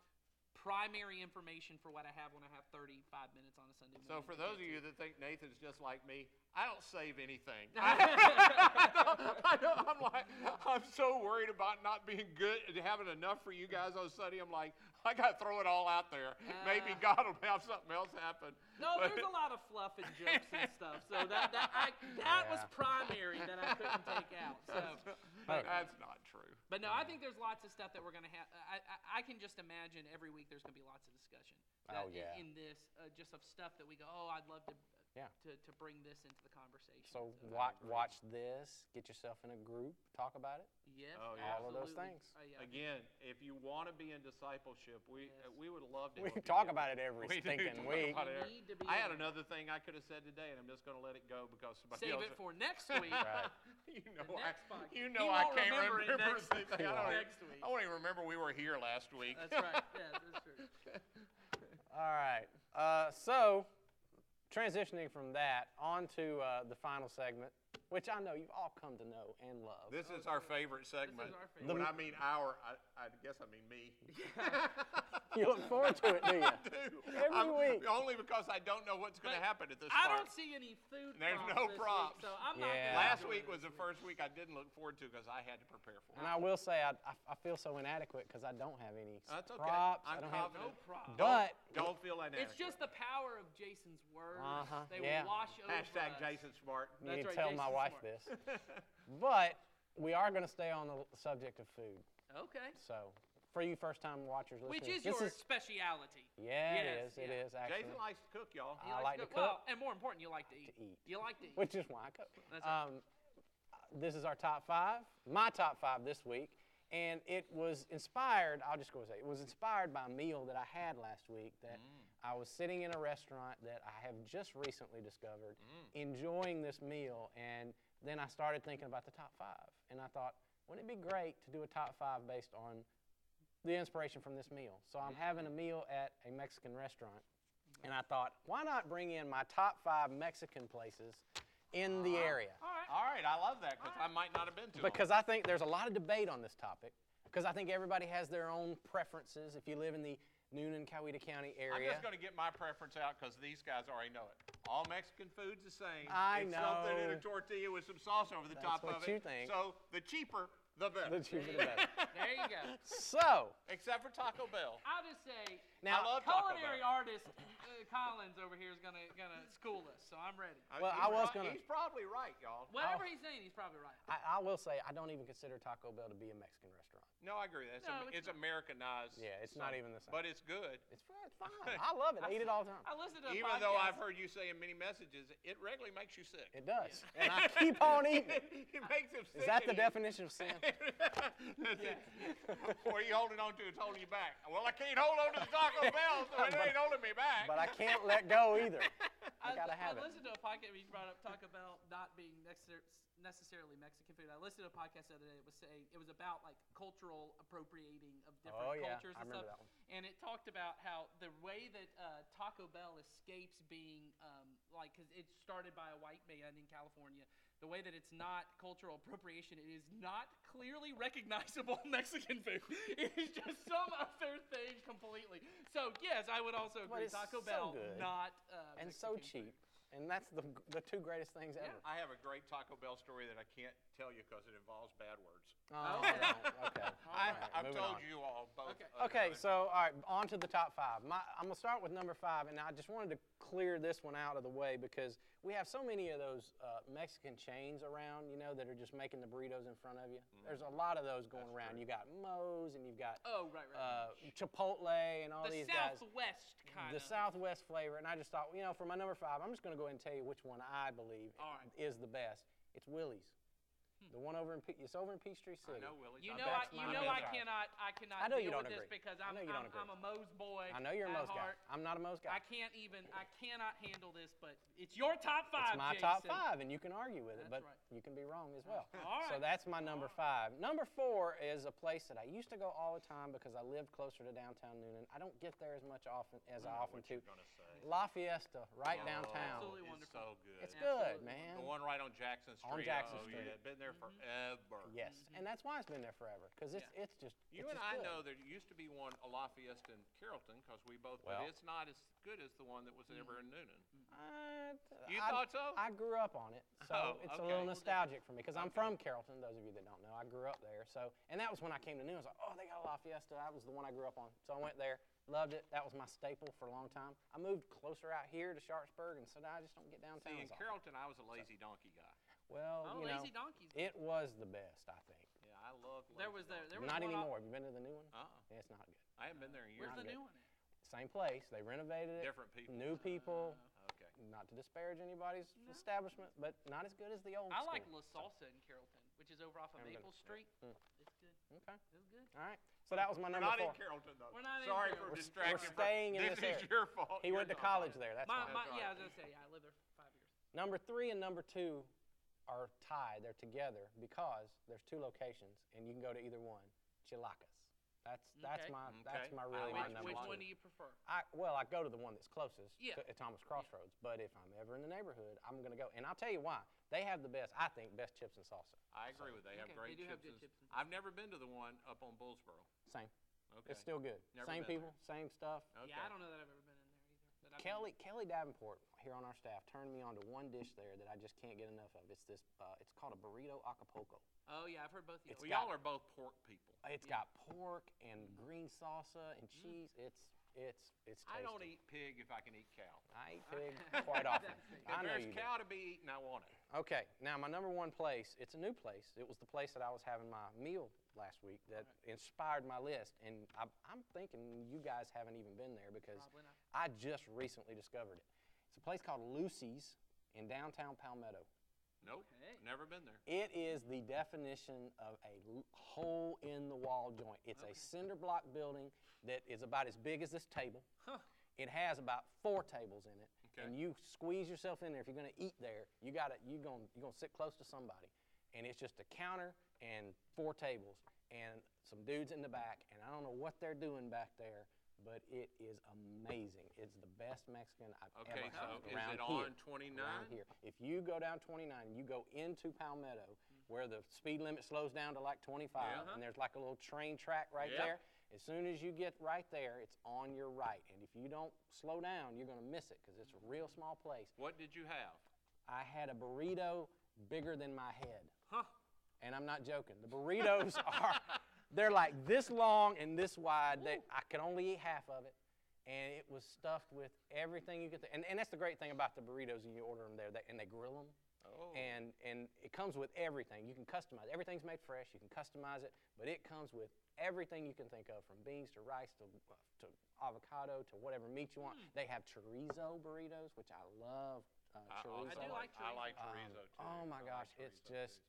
[SPEAKER 3] primary information for what I have when I have 35 minutes on a Sunday morning.
[SPEAKER 2] So for
[SPEAKER 3] to
[SPEAKER 2] those
[SPEAKER 3] get
[SPEAKER 2] of
[SPEAKER 3] to.
[SPEAKER 2] you that think Nathan's just like me, I don't save
[SPEAKER 3] *laughs*
[SPEAKER 2] anything. I,
[SPEAKER 3] I
[SPEAKER 2] know, I know. I'm like, I'm so worried about not being good and having enough for you guys on Sunday. I'm like, I got to throw it all out there. Maybe
[SPEAKER 3] Uh.
[SPEAKER 2] God will have something else happen.
[SPEAKER 3] No,
[SPEAKER 2] But-
[SPEAKER 3] there's a lot of fluff and jokes and stuff. So that that I, that was
[SPEAKER 1] Yeah.
[SPEAKER 3] primary that I couldn't take out.
[SPEAKER 1] *laughs*
[SPEAKER 2] *laughs*
[SPEAKER 3] So,
[SPEAKER 1] but-
[SPEAKER 2] that's not true.
[SPEAKER 3] but no, I think there's lots of stuff that we're gonna have. I, I I can just imagine every week there's gonna be lots of discussion. that
[SPEAKER 1] Oh, yeah.
[SPEAKER 3] In, in this, uh, just of stuff that we go, oh, I'd love to
[SPEAKER 1] Yeah.
[SPEAKER 3] to, to bring this into the conversation.
[SPEAKER 1] So watch, watch this, get yourself in a group, talk about it.
[SPEAKER 3] yes,
[SPEAKER 2] Oh, yeah.
[SPEAKER 1] all of those
[SPEAKER 3] absolutely.
[SPEAKER 1] things.
[SPEAKER 3] Uh, yeah.
[SPEAKER 2] Again, if you want to be in discipleship, we, uh,
[SPEAKER 3] Yes.
[SPEAKER 2] we would love to.
[SPEAKER 1] We
[SPEAKER 2] help you
[SPEAKER 1] talk
[SPEAKER 2] get
[SPEAKER 1] about it every
[SPEAKER 2] We do
[SPEAKER 1] stinking
[SPEAKER 2] talk
[SPEAKER 1] week.
[SPEAKER 2] about it.
[SPEAKER 3] We need to be
[SPEAKER 2] I had
[SPEAKER 3] in it.
[SPEAKER 2] another thing I could have said today, and I'm just going to let it go because somebody
[SPEAKER 3] Save
[SPEAKER 2] else.
[SPEAKER 3] it for
[SPEAKER 2] *laughs*
[SPEAKER 3] next week.
[SPEAKER 1] Right.
[SPEAKER 2] you
[SPEAKER 3] The
[SPEAKER 2] know, I,
[SPEAKER 3] next podcast.
[SPEAKER 2] you
[SPEAKER 3] He
[SPEAKER 2] know I
[SPEAKER 3] won't
[SPEAKER 2] can't
[SPEAKER 3] remember
[SPEAKER 2] remember,
[SPEAKER 3] it next-
[SPEAKER 2] anything. I don't, even-
[SPEAKER 3] next week.
[SPEAKER 2] I don't even remember we were here last week.
[SPEAKER 3] That's right. Yeah, that's true.
[SPEAKER 1] *laughs* All right. Uh, so, transitioning from that on to uh, the final segment, which I know you've all come to know and love.
[SPEAKER 2] *laughs* This is our favorite segment.
[SPEAKER 3] our favorite.
[SPEAKER 2] When I mean our, I, I guess I mean
[SPEAKER 3] *laughs*
[SPEAKER 2] me. *laughs*
[SPEAKER 1] you look forward to it, do you?
[SPEAKER 2] I do.
[SPEAKER 1] Every week.
[SPEAKER 2] Only because I don't know what's going to
[SPEAKER 3] But
[SPEAKER 2] happen at this
[SPEAKER 3] I
[SPEAKER 2] part.
[SPEAKER 3] don't see any food.
[SPEAKER 2] There's
[SPEAKER 3] props
[SPEAKER 2] no
[SPEAKER 3] this
[SPEAKER 2] props.
[SPEAKER 3] Week, so I'm not.
[SPEAKER 1] Yeah.
[SPEAKER 3] gonna
[SPEAKER 2] Last
[SPEAKER 3] enjoy
[SPEAKER 2] week
[SPEAKER 3] this
[SPEAKER 2] was the first week I didn't look forward to because I had to prepare for
[SPEAKER 1] And
[SPEAKER 2] it.
[SPEAKER 1] I will say, I, I, I feel so inadequate because I don't have any
[SPEAKER 2] That's okay.
[SPEAKER 1] props. I
[SPEAKER 2] I'm
[SPEAKER 1] don't have,
[SPEAKER 2] confident.
[SPEAKER 3] No props.
[SPEAKER 1] But-
[SPEAKER 2] don't feel inadequate.
[SPEAKER 3] It's just the power of Jason's words.
[SPEAKER 1] Uh-huh,
[SPEAKER 3] They
[SPEAKER 1] yeah.
[SPEAKER 3] will wash over
[SPEAKER 2] hashtag
[SPEAKER 3] us.
[SPEAKER 2] Jason Smart. *laughs*
[SPEAKER 1] you
[SPEAKER 3] That's
[SPEAKER 1] need to
[SPEAKER 3] right,
[SPEAKER 1] tell my
[SPEAKER 3] Jason's
[SPEAKER 1] wife
[SPEAKER 3] smart.
[SPEAKER 1] this. But we are going to stay on the l- subject of food.
[SPEAKER 3] Okay.
[SPEAKER 1] So, for you first time watchers, listeners,
[SPEAKER 3] Which is
[SPEAKER 1] this
[SPEAKER 3] your
[SPEAKER 1] is,
[SPEAKER 3] speciality.
[SPEAKER 1] yeah, it
[SPEAKER 3] Yes,
[SPEAKER 1] is. It
[SPEAKER 3] yeah.
[SPEAKER 1] is actually.
[SPEAKER 2] Jason likes to cook, y'all.
[SPEAKER 1] I like to cook.
[SPEAKER 3] Well, and more important, you like to eat.
[SPEAKER 1] To eat.
[SPEAKER 3] You like to eat.
[SPEAKER 1] which is why I cook.
[SPEAKER 3] That's right.
[SPEAKER 1] um, this is our top five, my top five this week, and it was inspired. I'll just go and say it was inspired by a meal that I had last week. That
[SPEAKER 3] Mm.
[SPEAKER 1] I was sitting in a restaurant that I have just recently discovered,
[SPEAKER 3] Mm.
[SPEAKER 1] enjoying this meal, and then I started thinking about the top five, and I thought, wouldn't it be great to do a top five based on the inspiration from this meal? So
[SPEAKER 2] Mm-hmm.
[SPEAKER 1] I'm having a meal at a Mexican restaurant. And I thought, why not bring in my top five Mexican places in the area?
[SPEAKER 3] All right.
[SPEAKER 2] All right, I love that because I might not have been to
[SPEAKER 1] Because I think there's a lot of debate on this topic, because I think everybody has their own preferences. If you live in the Noonan, Coweta County
[SPEAKER 2] I'm
[SPEAKER 1] area,
[SPEAKER 2] just going to get my preference out because these guys already know it. All Mexican food's the same.
[SPEAKER 1] I
[SPEAKER 2] it's something in
[SPEAKER 1] know.
[SPEAKER 2] a tortilla with some sauce over the
[SPEAKER 1] That's
[SPEAKER 2] top
[SPEAKER 1] what
[SPEAKER 2] of
[SPEAKER 1] you
[SPEAKER 2] it.
[SPEAKER 1] think.
[SPEAKER 2] So the cheaper, the
[SPEAKER 1] the
[SPEAKER 2] better.
[SPEAKER 1] cheaper
[SPEAKER 2] *laughs*
[SPEAKER 1] the better.
[SPEAKER 3] There you go.
[SPEAKER 1] *laughs* So,
[SPEAKER 2] Except for Taco Bell.
[SPEAKER 3] I'll just say,
[SPEAKER 1] Now-
[SPEAKER 2] I love Taco
[SPEAKER 3] culinary
[SPEAKER 2] Bell.
[SPEAKER 3] artist uh, Collins over here is gonna gonna school us, so I'm ready.
[SPEAKER 1] Well,
[SPEAKER 2] he's
[SPEAKER 1] I was
[SPEAKER 2] right-
[SPEAKER 1] gonna-
[SPEAKER 2] He's probably right, y'all.
[SPEAKER 3] Whatever he's saying, he's probably right.
[SPEAKER 1] I, I will say I don't even consider Taco Bell to be a Mexican restaurant.
[SPEAKER 2] No, I agree. That's
[SPEAKER 3] No,
[SPEAKER 2] Am-
[SPEAKER 3] it's
[SPEAKER 2] it's
[SPEAKER 3] not.
[SPEAKER 2] Americanized.
[SPEAKER 1] Yeah, it's not even the same.
[SPEAKER 2] But it's good.
[SPEAKER 1] It's fine. It's fine.
[SPEAKER 2] *laughs*
[SPEAKER 1] I love it. I eat it all the time.
[SPEAKER 3] I listened to a
[SPEAKER 2] Even though I've
[SPEAKER 3] podcast-
[SPEAKER 2] heard you say in many messages, it regularly makes you sick.
[SPEAKER 1] It
[SPEAKER 2] *laughs*
[SPEAKER 1] does, and I keep on eating. it.
[SPEAKER 2] it makes him sick.
[SPEAKER 1] Is that the
[SPEAKER 2] and he-
[SPEAKER 1] definition of sin?
[SPEAKER 2] That's it. What are you holding on to? It's holding you back. Well, I can't hold on to the Taco
[SPEAKER 1] *laughs*
[SPEAKER 2] Bell, so it ain't holding me back.
[SPEAKER 1] But I can't let go
[SPEAKER 2] *laughs*
[SPEAKER 1] either. I
[SPEAKER 3] I,
[SPEAKER 1] gotta have
[SPEAKER 3] I
[SPEAKER 1] it.
[SPEAKER 3] listened to a podcast where you brought up Taco Bell not being necessar- necessarily Mexican food. I listened to a podcast the other day. It was saying it was about like cultural appropriating of different
[SPEAKER 1] Oh, yeah.
[SPEAKER 3] cultures
[SPEAKER 1] I
[SPEAKER 3] and
[SPEAKER 1] remember that
[SPEAKER 3] stuff.
[SPEAKER 1] one.
[SPEAKER 3] And it talked about how the way that uh, Taco Bell escapes being um, like because it started by a white man in California. The way that it's not cultural appropriation, it is not clearly recognizable *laughs* Mexican food. It is just some other thing completely. So yes, I would also
[SPEAKER 1] But
[SPEAKER 3] agree.
[SPEAKER 1] it's so
[SPEAKER 3] Taco Bell
[SPEAKER 1] good.
[SPEAKER 3] not uh,
[SPEAKER 1] And so
[SPEAKER 3] Mexican food.
[SPEAKER 1] cheap, and that's the the two greatest things ever.
[SPEAKER 2] I have a great Taco Bell story that I can't tell you because it involves bad words.
[SPEAKER 1] Oh,
[SPEAKER 3] Okay.
[SPEAKER 1] no.
[SPEAKER 2] *laughs*
[SPEAKER 1] okay. All
[SPEAKER 2] I,
[SPEAKER 1] right,
[SPEAKER 2] I've
[SPEAKER 1] moving
[SPEAKER 2] told
[SPEAKER 1] on.
[SPEAKER 2] you all both.
[SPEAKER 3] Okay.
[SPEAKER 2] of
[SPEAKER 1] Okay,
[SPEAKER 2] them.
[SPEAKER 1] so all right, on to the top five. My, I'm gonna start with number five, and I just wanted to clear this one out of the way because we have so many of those uh, Mexican chains around, you know, that are just making the burritos in front of you.
[SPEAKER 2] Mm-hmm.
[SPEAKER 1] There's a lot of those going around. You got Moe's, and you've got
[SPEAKER 3] Oh, right, right.
[SPEAKER 1] uh, Chipotle, and all these
[SPEAKER 3] the
[SPEAKER 1] guys.
[SPEAKER 3] Southwest kind
[SPEAKER 1] The
[SPEAKER 3] of.
[SPEAKER 1] Southwest flavor, and I just thought, you know, for my number five, I'm just gonna go ahead and tell you which one I believe
[SPEAKER 3] All right.
[SPEAKER 1] is the best. It's Willie's, the one over in Pe- it's over in Peachtree City.
[SPEAKER 2] I know, Willie.
[SPEAKER 3] You
[SPEAKER 2] I'm
[SPEAKER 3] know,
[SPEAKER 1] that's
[SPEAKER 3] I,
[SPEAKER 2] back
[SPEAKER 3] you
[SPEAKER 2] to my
[SPEAKER 1] mine.
[SPEAKER 3] know,
[SPEAKER 1] I'm
[SPEAKER 2] main
[SPEAKER 3] I
[SPEAKER 1] sorry.
[SPEAKER 2] drive.
[SPEAKER 3] cannot, I cannot
[SPEAKER 1] I know you
[SPEAKER 3] deal
[SPEAKER 1] don't
[SPEAKER 3] with this
[SPEAKER 1] agree.
[SPEAKER 3] because
[SPEAKER 1] I
[SPEAKER 3] I'm,
[SPEAKER 1] know you
[SPEAKER 3] I'm,
[SPEAKER 1] don't
[SPEAKER 3] I'm a Moe's boy.
[SPEAKER 1] I know you're a
[SPEAKER 3] at
[SPEAKER 1] Moe's guy.
[SPEAKER 3] heart.
[SPEAKER 1] I'm not a Moe's guy.
[SPEAKER 3] I can't even, I cannot handle this, but it's your top five.
[SPEAKER 1] It's my
[SPEAKER 3] Jason.
[SPEAKER 1] top five, and you can argue with it,
[SPEAKER 3] That's
[SPEAKER 1] but
[SPEAKER 3] right.
[SPEAKER 1] you can be wrong as well.
[SPEAKER 3] All
[SPEAKER 1] So
[SPEAKER 3] right.
[SPEAKER 1] that's my number five. Number four is a place that I used to go all the time because I lived closer to downtown Noonan. I don't get there as much often as I often do. La Fiesta, right downtown.
[SPEAKER 3] Absolutely
[SPEAKER 2] Oh, It's
[SPEAKER 3] wonderful.
[SPEAKER 2] so good.
[SPEAKER 1] It's
[SPEAKER 3] Absolutely.
[SPEAKER 1] good, man.
[SPEAKER 2] The one right on Jackson Street.
[SPEAKER 1] Jackson
[SPEAKER 2] oh,
[SPEAKER 1] Street.
[SPEAKER 2] Yeah, been there
[SPEAKER 3] Mm-hmm.
[SPEAKER 2] forever.
[SPEAKER 1] Yes, and that's why it's been there forever because it's it's just
[SPEAKER 2] Mm-hmm. You
[SPEAKER 1] it's
[SPEAKER 2] and
[SPEAKER 1] just
[SPEAKER 2] I
[SPEAKER 1] good.
[SPEAKER 2] know there used to be one, a La Fiesta in Carrollton, because we both,
[SPEAKER 1] Well. Mm-hmm.
[SPEAKER 2] but it's not as good as the one that was ever in Noonan.
[SPEAKER 1] I-
[SPEAKER 2] You
[SPEAKER 1] I-
[SPEAKER 2] thought so?
[SPEAKER 1] I grew up on it, so
[SPEAKER 2] Oh,
[SPEAKER 1] it's a
[SPEAKER 2] okay. Well,
[SPEAKER 1] little
[SPEAKER 2] then-
[SPEAKER 1] nostalgic for me because I'm from Carrollton. Those of you that don't know, I grew up there. So, and that was when I came to New. I was like, oh, they got La Fiesta. That was the one I grew up on. So I went there, loved it. That was my staple for a long time. I moved closer out here to Sharpsburg, and so now I just don't get downtown.
[SPEAKER 2] See, in
[SPEAKER 1] as often.
[SPEAKER 2] Carrollton, I was a lazy donkey guy.
[SPEAKER 1] well,
[SPEAKER 3] Oh,
[SPEAKER 1] you know,
[SPEAKER 3] lazy donkeys.
[SPEAKER 1] it was the best, I think.
[SPEAKER 2] Yeah, I love.
[SPEAKER 3] There was there. There was
[SPEAKER 1] Not
[SPEAKER 3] one off-
[SPEAKER 1] anymore. Have you been to the new one?
[SPEAKER 2] Uh-uh.
[SPEAKER 1] Yeah, it's not good.
[SPEAKER 2] I haven't been there in years.
[SPEAKER 3] Where's the
[SPEAKER 1] good.
[SPEAKER 3] new one? at?
[SPEAKER 1] Same place. They renovated it.
[SPEAKER 2] Different people.
[SPEAKER 1] New people.
[SPEAKER 2] Okay.
[SPEAKER 1] not to disparage anybody's establishment, but not as good as the old
[SPEAKER 3] Uh, I
[SPEAKER 1] school.
[SPEAKER 3] like La Salsa in Carrollton, which is over off of
[SPEAKER 1] Haven't been-
[SPEAKER 3] Maple
[SPEAKER 1] yeah.
[SPEAKER 3] Street.
[SPEAKER 1] Mm.
[SPEAKER 3] It's good.
[SPEAKER 1] Okay.
[SPEAKER 3] It's good.
[SPEAKER 1] All right. So that was my
[SPEAKER 2] We're
[SPEAKER 1] number
[SPEAKER 2] not in
[SPEAKER 1] four.
[SPEAKER 2] Carrollton, though.
[SPEAKER 3] We're not in
[SPEAKER 2] Sorry
[SPEAKER 3] Carrollton.
[SPEAKER 2] for
[SPEAKER 3] We're
[SPEAKER 1] s-
[SPEAKER 2] distracting.
[SPEAKER 1] we're
[SPEAKER 2] from-
[SPEAKER 1] staying in this
[SPEAKER 2] is
[SPEAKER 1] area.
[SPEAKER 2] your fault.
[SPEAKER 1] He
[SPEAKER 2] You're
[SPEAKER 1] went to
[SPEAKER 2] not-
[SPEAKER 1] college there. That's
[SPEAKER 3] My,
[SPEAKER 1] why.
[SPEAKER 3] my,
[SPEAKER 2] That's all
[SPEAKER 3] yeah, I
[SPEAKER 2] right.
[SPEAKER 3] was gonna say yeah. I lived there for five years.
[SPEAKER 1] Number three and number two are tied. They're together because there's two locations, and you can go to either one. Chilacas. That's that's
[SPEAKER 3] Okay.
[SPEAKER 1] my that's
[SPEAKER 2] Okay.
[SPEAKER 1] my
[SPEAKER 2] I
[SPEAKER 1] really
[SPEAKER 2] like
[SPEAKER 1] my
[SPEAKER 3] which
[SPEAKER 1] number
[SPEAKER 3] which
[SPEAKER 1] two.
[SPEAKER 3] one do you prefer?
[SPEAKER 1] I well, I go to the one that's closest
[SPEAKER 3] Yeah.
[SPEAKER 1] to, at Thomas Crossroads. But if I'm ever in the neighborhood, I'm gonna go, and I'll tell you why. They have the best, I think, best chips and salsa.
[SPEAKER 2] I agree with that. They have
[SPEAKER 3] Okay, they
[SPEAKER 2] great
[SPEAKER 3] do have
[SPEAKER 2] chips.
[SPEAKER 3] good
[SPEAKER 2] and-
[SPEAKER 3] chips and-
[SPEAKER 2] I've never been to the one up on Bullsboro.
[SPEAKER 1] Same.
[SPEAKER 2] Okay.
[SPEAKER 1] It's still good.
[SPEAKER 2] Never
[SPEAKER 1] same
[SPEAKER 2] been
[SPEAKER 1] people, same stuff.
[SPEAKER 2] Okay.
[SPEAKER 3] Yeah, I don't know that I've ever been in there either. But I've been-
[SPEAKER 1] Kelly Kelly Davenport here on our staff turned me on to one dish there that I just can't get enough of. It's this. Uh, it's called a burrito acapulco.
[SPEAKER 3] Oh yeah, I've heard both of
[SPEAKER 1] It's
[SPEAKER 2] Well,
[SPEAKER 3] you.
[SPEAKER 1] got-
[SPEAKER 2] y'all are both pork people.
[SPEAKER 1] It's got pork and green salsa and cheese. It's it's it's. Tasty.
[SPEAKER 2] Mm-hmm. I don't eat pig if I can eat cow. *laughs*
[SPEAKER 1] I eat pig *laughs* quite often. I
[SPEAKER 2] if
[SPEAKER 1] know
[SPEAKER 2] there's
[SPEAKER 1] you do.
[SPEAKER 2] cow to be eaten, I want it.
[SPEAKER 1] Okay, now my number one place, it's a new place. It was the place that I was having my meal last week that inspired my list. And I, I'm thinking you guys haven't even been there because
[SPEAKER 3] Probably not.
[SPEAKER 1] I just recently discovered it. It's a place called Lucy's in downtown Palmetto.
[SPEAKER 2] Nope.
[SPEAKER 3] Okay.
[SPEAKER 2] Never been there.
[SPEAKER 1] It is the definition of a l- hole in the wall joint. It's a cinder block building that is about as big as this table. It has about four tables in it, and
[SPEAKER 2] Okay.
[SPEAKER 1] you squeeze yourself in there. If you're going to eat there, you got to you going you're going to sit close to somebody, and it's just a counter and four tables and some dudes in the back, and I don't know what they're doing back there. But it is amazing. It's the best Mexican I've
[SPEAKER 2] Okay,
[SPEAKER 1] ever had
[SPEAKER 2] so is
[SPEAKER 1] around
[SPEAKER 2] it
[SPEAKER 1] here.
[SPEAKER 2] on
[SPEAKER 1] around
[SPEAKER 2] 29?
[SPEAKER 1] here. If you go down 29, you go into Palmetto, where the speed limit slows down to like 25,
[SPEAKER 2] Yeah.
[SPEAKER 1] and there's like a little train track right
[SPEAKER 2] Yep.
[SPEAKER 1] there. As soon as you get right there, it's on your right, and if you don't slow down, you're gonna miss it because it's a real small place.
[SPEAKER 2] What did you have?
[SPEAKER 1] I had a burrito bigger than my head,
[SPEAKER 3] Huh.
[SPEAKER 1] and I'm not joking. The
[SPEAKER 2] *laughs*
[SPEAKER 1] burritos *laughs* are they're like this long and this wide. They, I could only eat half of it. And it was stuffed with everything you could. Th- and, and that's the great thing about the burritos. You order them there, they, and they grill them
[SPEAKER 2] Oh.
[SPEAKER 1] and and it comes with everything. You can customize. Everything's made fresh. You can customize it, but it comes with everything you can think of, from beans to rice to uh, to avocado to whatever meat you want.
[SPEAKER 3] Hmm.
[SPEAKER 1] They have chorizo burritos, which I love. Uh,
[SPEAKER 2] I,
[SPEAKER 1] chorizo.
[SPEAKER 2] also
[SPEAKER 3] I do like
[SPEAKER 2] I like
[SPEAKER 1] Um,
[SPEAKER 2] chorizo too.
[SPEAKER 1] Oh my
[SPEAKER 2] I like
[SPEAKER 1] gosh, it's
[SPEAKER 2] chorizo,
[SPEAKER 1] just,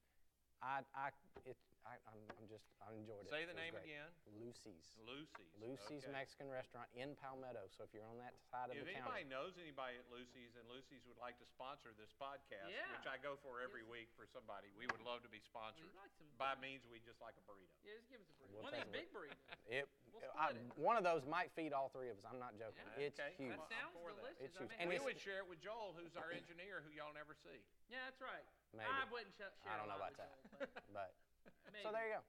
[SPEAKER 1] I I it I I'm, I'm just I enjoyed it. It
[SPEAKER 2] Say the
[SPEAKER 1] was
[SPEAKER 2] name
[SPEAKER 1] great.
[SPEAKER 2] again.
[SPEAKER 1] Lucy's.
[SPEAKER 2] too. Lucy's.
[SPEAKER 1] Lucy's
[SPEAKER 2] okay.
[SPEAKER 1] Mexican restaurant in Palmetto. So if you're on that side of
[SPEAKER 2] If
[SPEAKER 1] the town,
[SPEAKER 2] anybody knows anybody at Lucy's and Lucy's would like to sponsor this podcast,
[SPEAKER 3] Yeah.
[SPEAKER 2] which I go for every week for somebody, we would love to be sponsored.
[SPEAKER 3] We'd like some
[SPEAKER 2] By means we just like a burrito.
[SPEAKER 3] Yeah, just give us a burrito.
[SPEAKER 1] We'll
[SPEAKER 3] one of
[SPEAKER 1] take a
[SPEAKER 3] these big burritos.
[SPEAKER 1] it,
[SPEAKER 3] We'll
[SPEAKER 1] I,
[SPEAKER 3] split it.
[SPEAKER 1] one of those might feed all three of us. I'm not joking.
[SPEAKER 3] Yeah.
[SPEAKER 1] It's
[SPEAKER 2] Okay.
[SPEAKER 1] huge.
[SPEAKER 2] Well,
[SPEAKER 3] That
[SPEAKER 2] I'm
[SPEAKER 3] sounds
[SPEAKER 2] for that.
[SPEAKER 3] delicious.
[SPEAKER 1] It's
[SPEAKER 3] I
[SPEAKER 1] huge.
[SPEAKER 3] may
[SPEAKER 1] And
[SPEAKER 3] have
[SPEAKER 2] We
[SPEAKER 1] it's-
[SPEAKER 3] to-
[SPEAKER 2] would share it with Joel, who's our engineer, who y'all never see.
[SPEAKER 3] yeah, that's right.
[SPEAKER 1] Maybe.
[SPEAKER 3] I wouldn't sh- share
[SPEAKER 1] I don't know
[SPEAKER 3] a lot
[SPEAKER 1] about that.
[SPEAKER 3] with Joel,
[SPEAKER 1] But
[SPEAKER 3] but maybe.
[SPEAKER 1] *laughs* so there you go.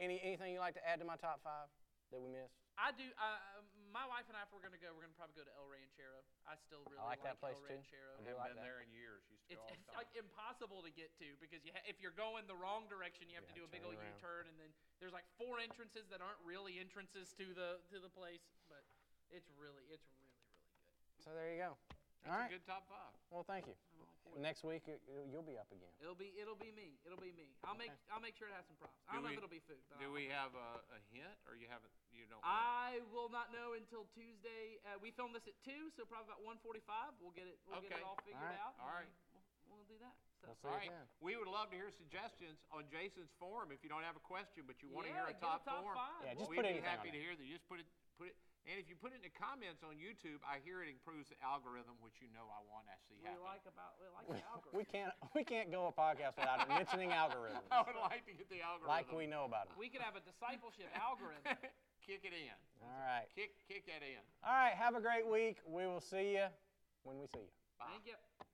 [SPEAKER 1] Any anything you like to add to my top five that we missed?
[SPEAKER 3] I do. Uh, my wife and I, if we're gonna go, we're gonna probably go to El Ranchero. I still really
[SPEAKER 1] like that place,
[SPEAKER 3] El
[SPEAKER 1] too. I
[SPEAKER 3] Ranchero.
[SPEAKER 1] do
[SPEAKER 2] Haven't
[SPEAKER 1] like
[SPEAKER 2] been
[SPEAKER 1] that.
[SPEAKER 2] there in years. Used to
[SPEAKER 3] It's,
[SPEAKER 2] go all
[SPEAKER 3] it's
[SPEAKER 2] the time.
[SPEAKER 3] like impossible to get to because you ha- if you're going the wrong direction, you have
[SPEAKER 1] Yeah,
[SPEAKER 3] to do a big
[SPEAKER 1] turn
[SPEAKER 3] old
[SPEAKER 1] around.
[SPEAKER 3] U-turn, and then there's like four entrances that aren't really entrances to the to the place. But it's really, it's really, really good.
[SPEAKER 1] So there you go.
[SPEAKER 2] That's
[SPEAKER 1] All
[SPEAKER 2] a
[SPEAKER 1] right.
[SPEAKER 2] good top five.
[SPEAKER 1] Well, thank you. Next week you- you- you'll be up again.
[SPEAKER 3] It'll be, it'll be me. It'll be me. I'll make, I'll make sure it has some props. I
[SPEAKER 2] Do
[SPEAKER 3] don't know
[SPEAKER 2] we-
[SPEAKER 3] if it'll be food. But
[SPEAKER 2] Do
[SPEAKER 3] I'll-
[SPEAKER 2] we have a, a hint, or you haven't? You don't. know?
[SPEAKER 3] I will not know until Tuesday. Uh, we filmed this at two, so probably about 1:45. We'll get it. We'll get
[SPEAKER 2] Okay.
[SPEAKER 3] it all figured
[SPEAKER 1] Alright.
[SPEAKER 3] out. and
[SPEAKER 2] Alright.
[SPEAKER 3] We'll, we'll do that. So.
[SPEAKER 1] We'll see
[SPEAKER 2] All
[SPEAKER 1] you
[SPEAKER 2] right.
[SPEAKER 1] then.
[SPEAKER 2] We would love to hear suggestions on Jason's form. If you don't have a question, but you want to
[SPEAKER 3] yeah,
[SPEAKER 2] hear
[SPEAKER 3] get
[SPEAKER 2] a top,
[SPEAKER 3] top
[SPEAKER 2] form,
[SPEAKER 3] five.
[SPEAKER 1] Yeah, just
[SPEAKER 2] we'd
[SPEAKER 1] put
[SPEAKER 2] be
[SPEAKER 1] anything on
[SPEAKER 2] happy to
[SPEAKER 1] there.
[SPEAKER 2] hear that. Just put it, put it, and if you put it in the comments on YouTube, I hear it improves the algorithm, which you know I want to see
[SPEAKER 3] we
[SPEAKER 2] happen.
[SPEAKER 3] like about we like the algorithm.
[SPEAKER 1] *laughs* *laughs* We can't we can't go a podcast without *laughs* mentioning
[SPEAKER 2] I *laughs*
[SPEAKER 1] algorithms
[SPEAKER 2] would like to get the algorithm.
[SPEAKER 1] like we know about them.
[SPEAKER 3] We could have a discipleship
[SPEAKER 2] *laughs*
[SPEAKER 3] algorithm.
[SPEAKER 2] kick it in.
[SPEAKER 1] All right.
[SPEAKER 2] Kick, kick that in.
[SPEAKER 1] All right. Have a great week. We will see you when we see you.
[SPEAKER 3] Thank you.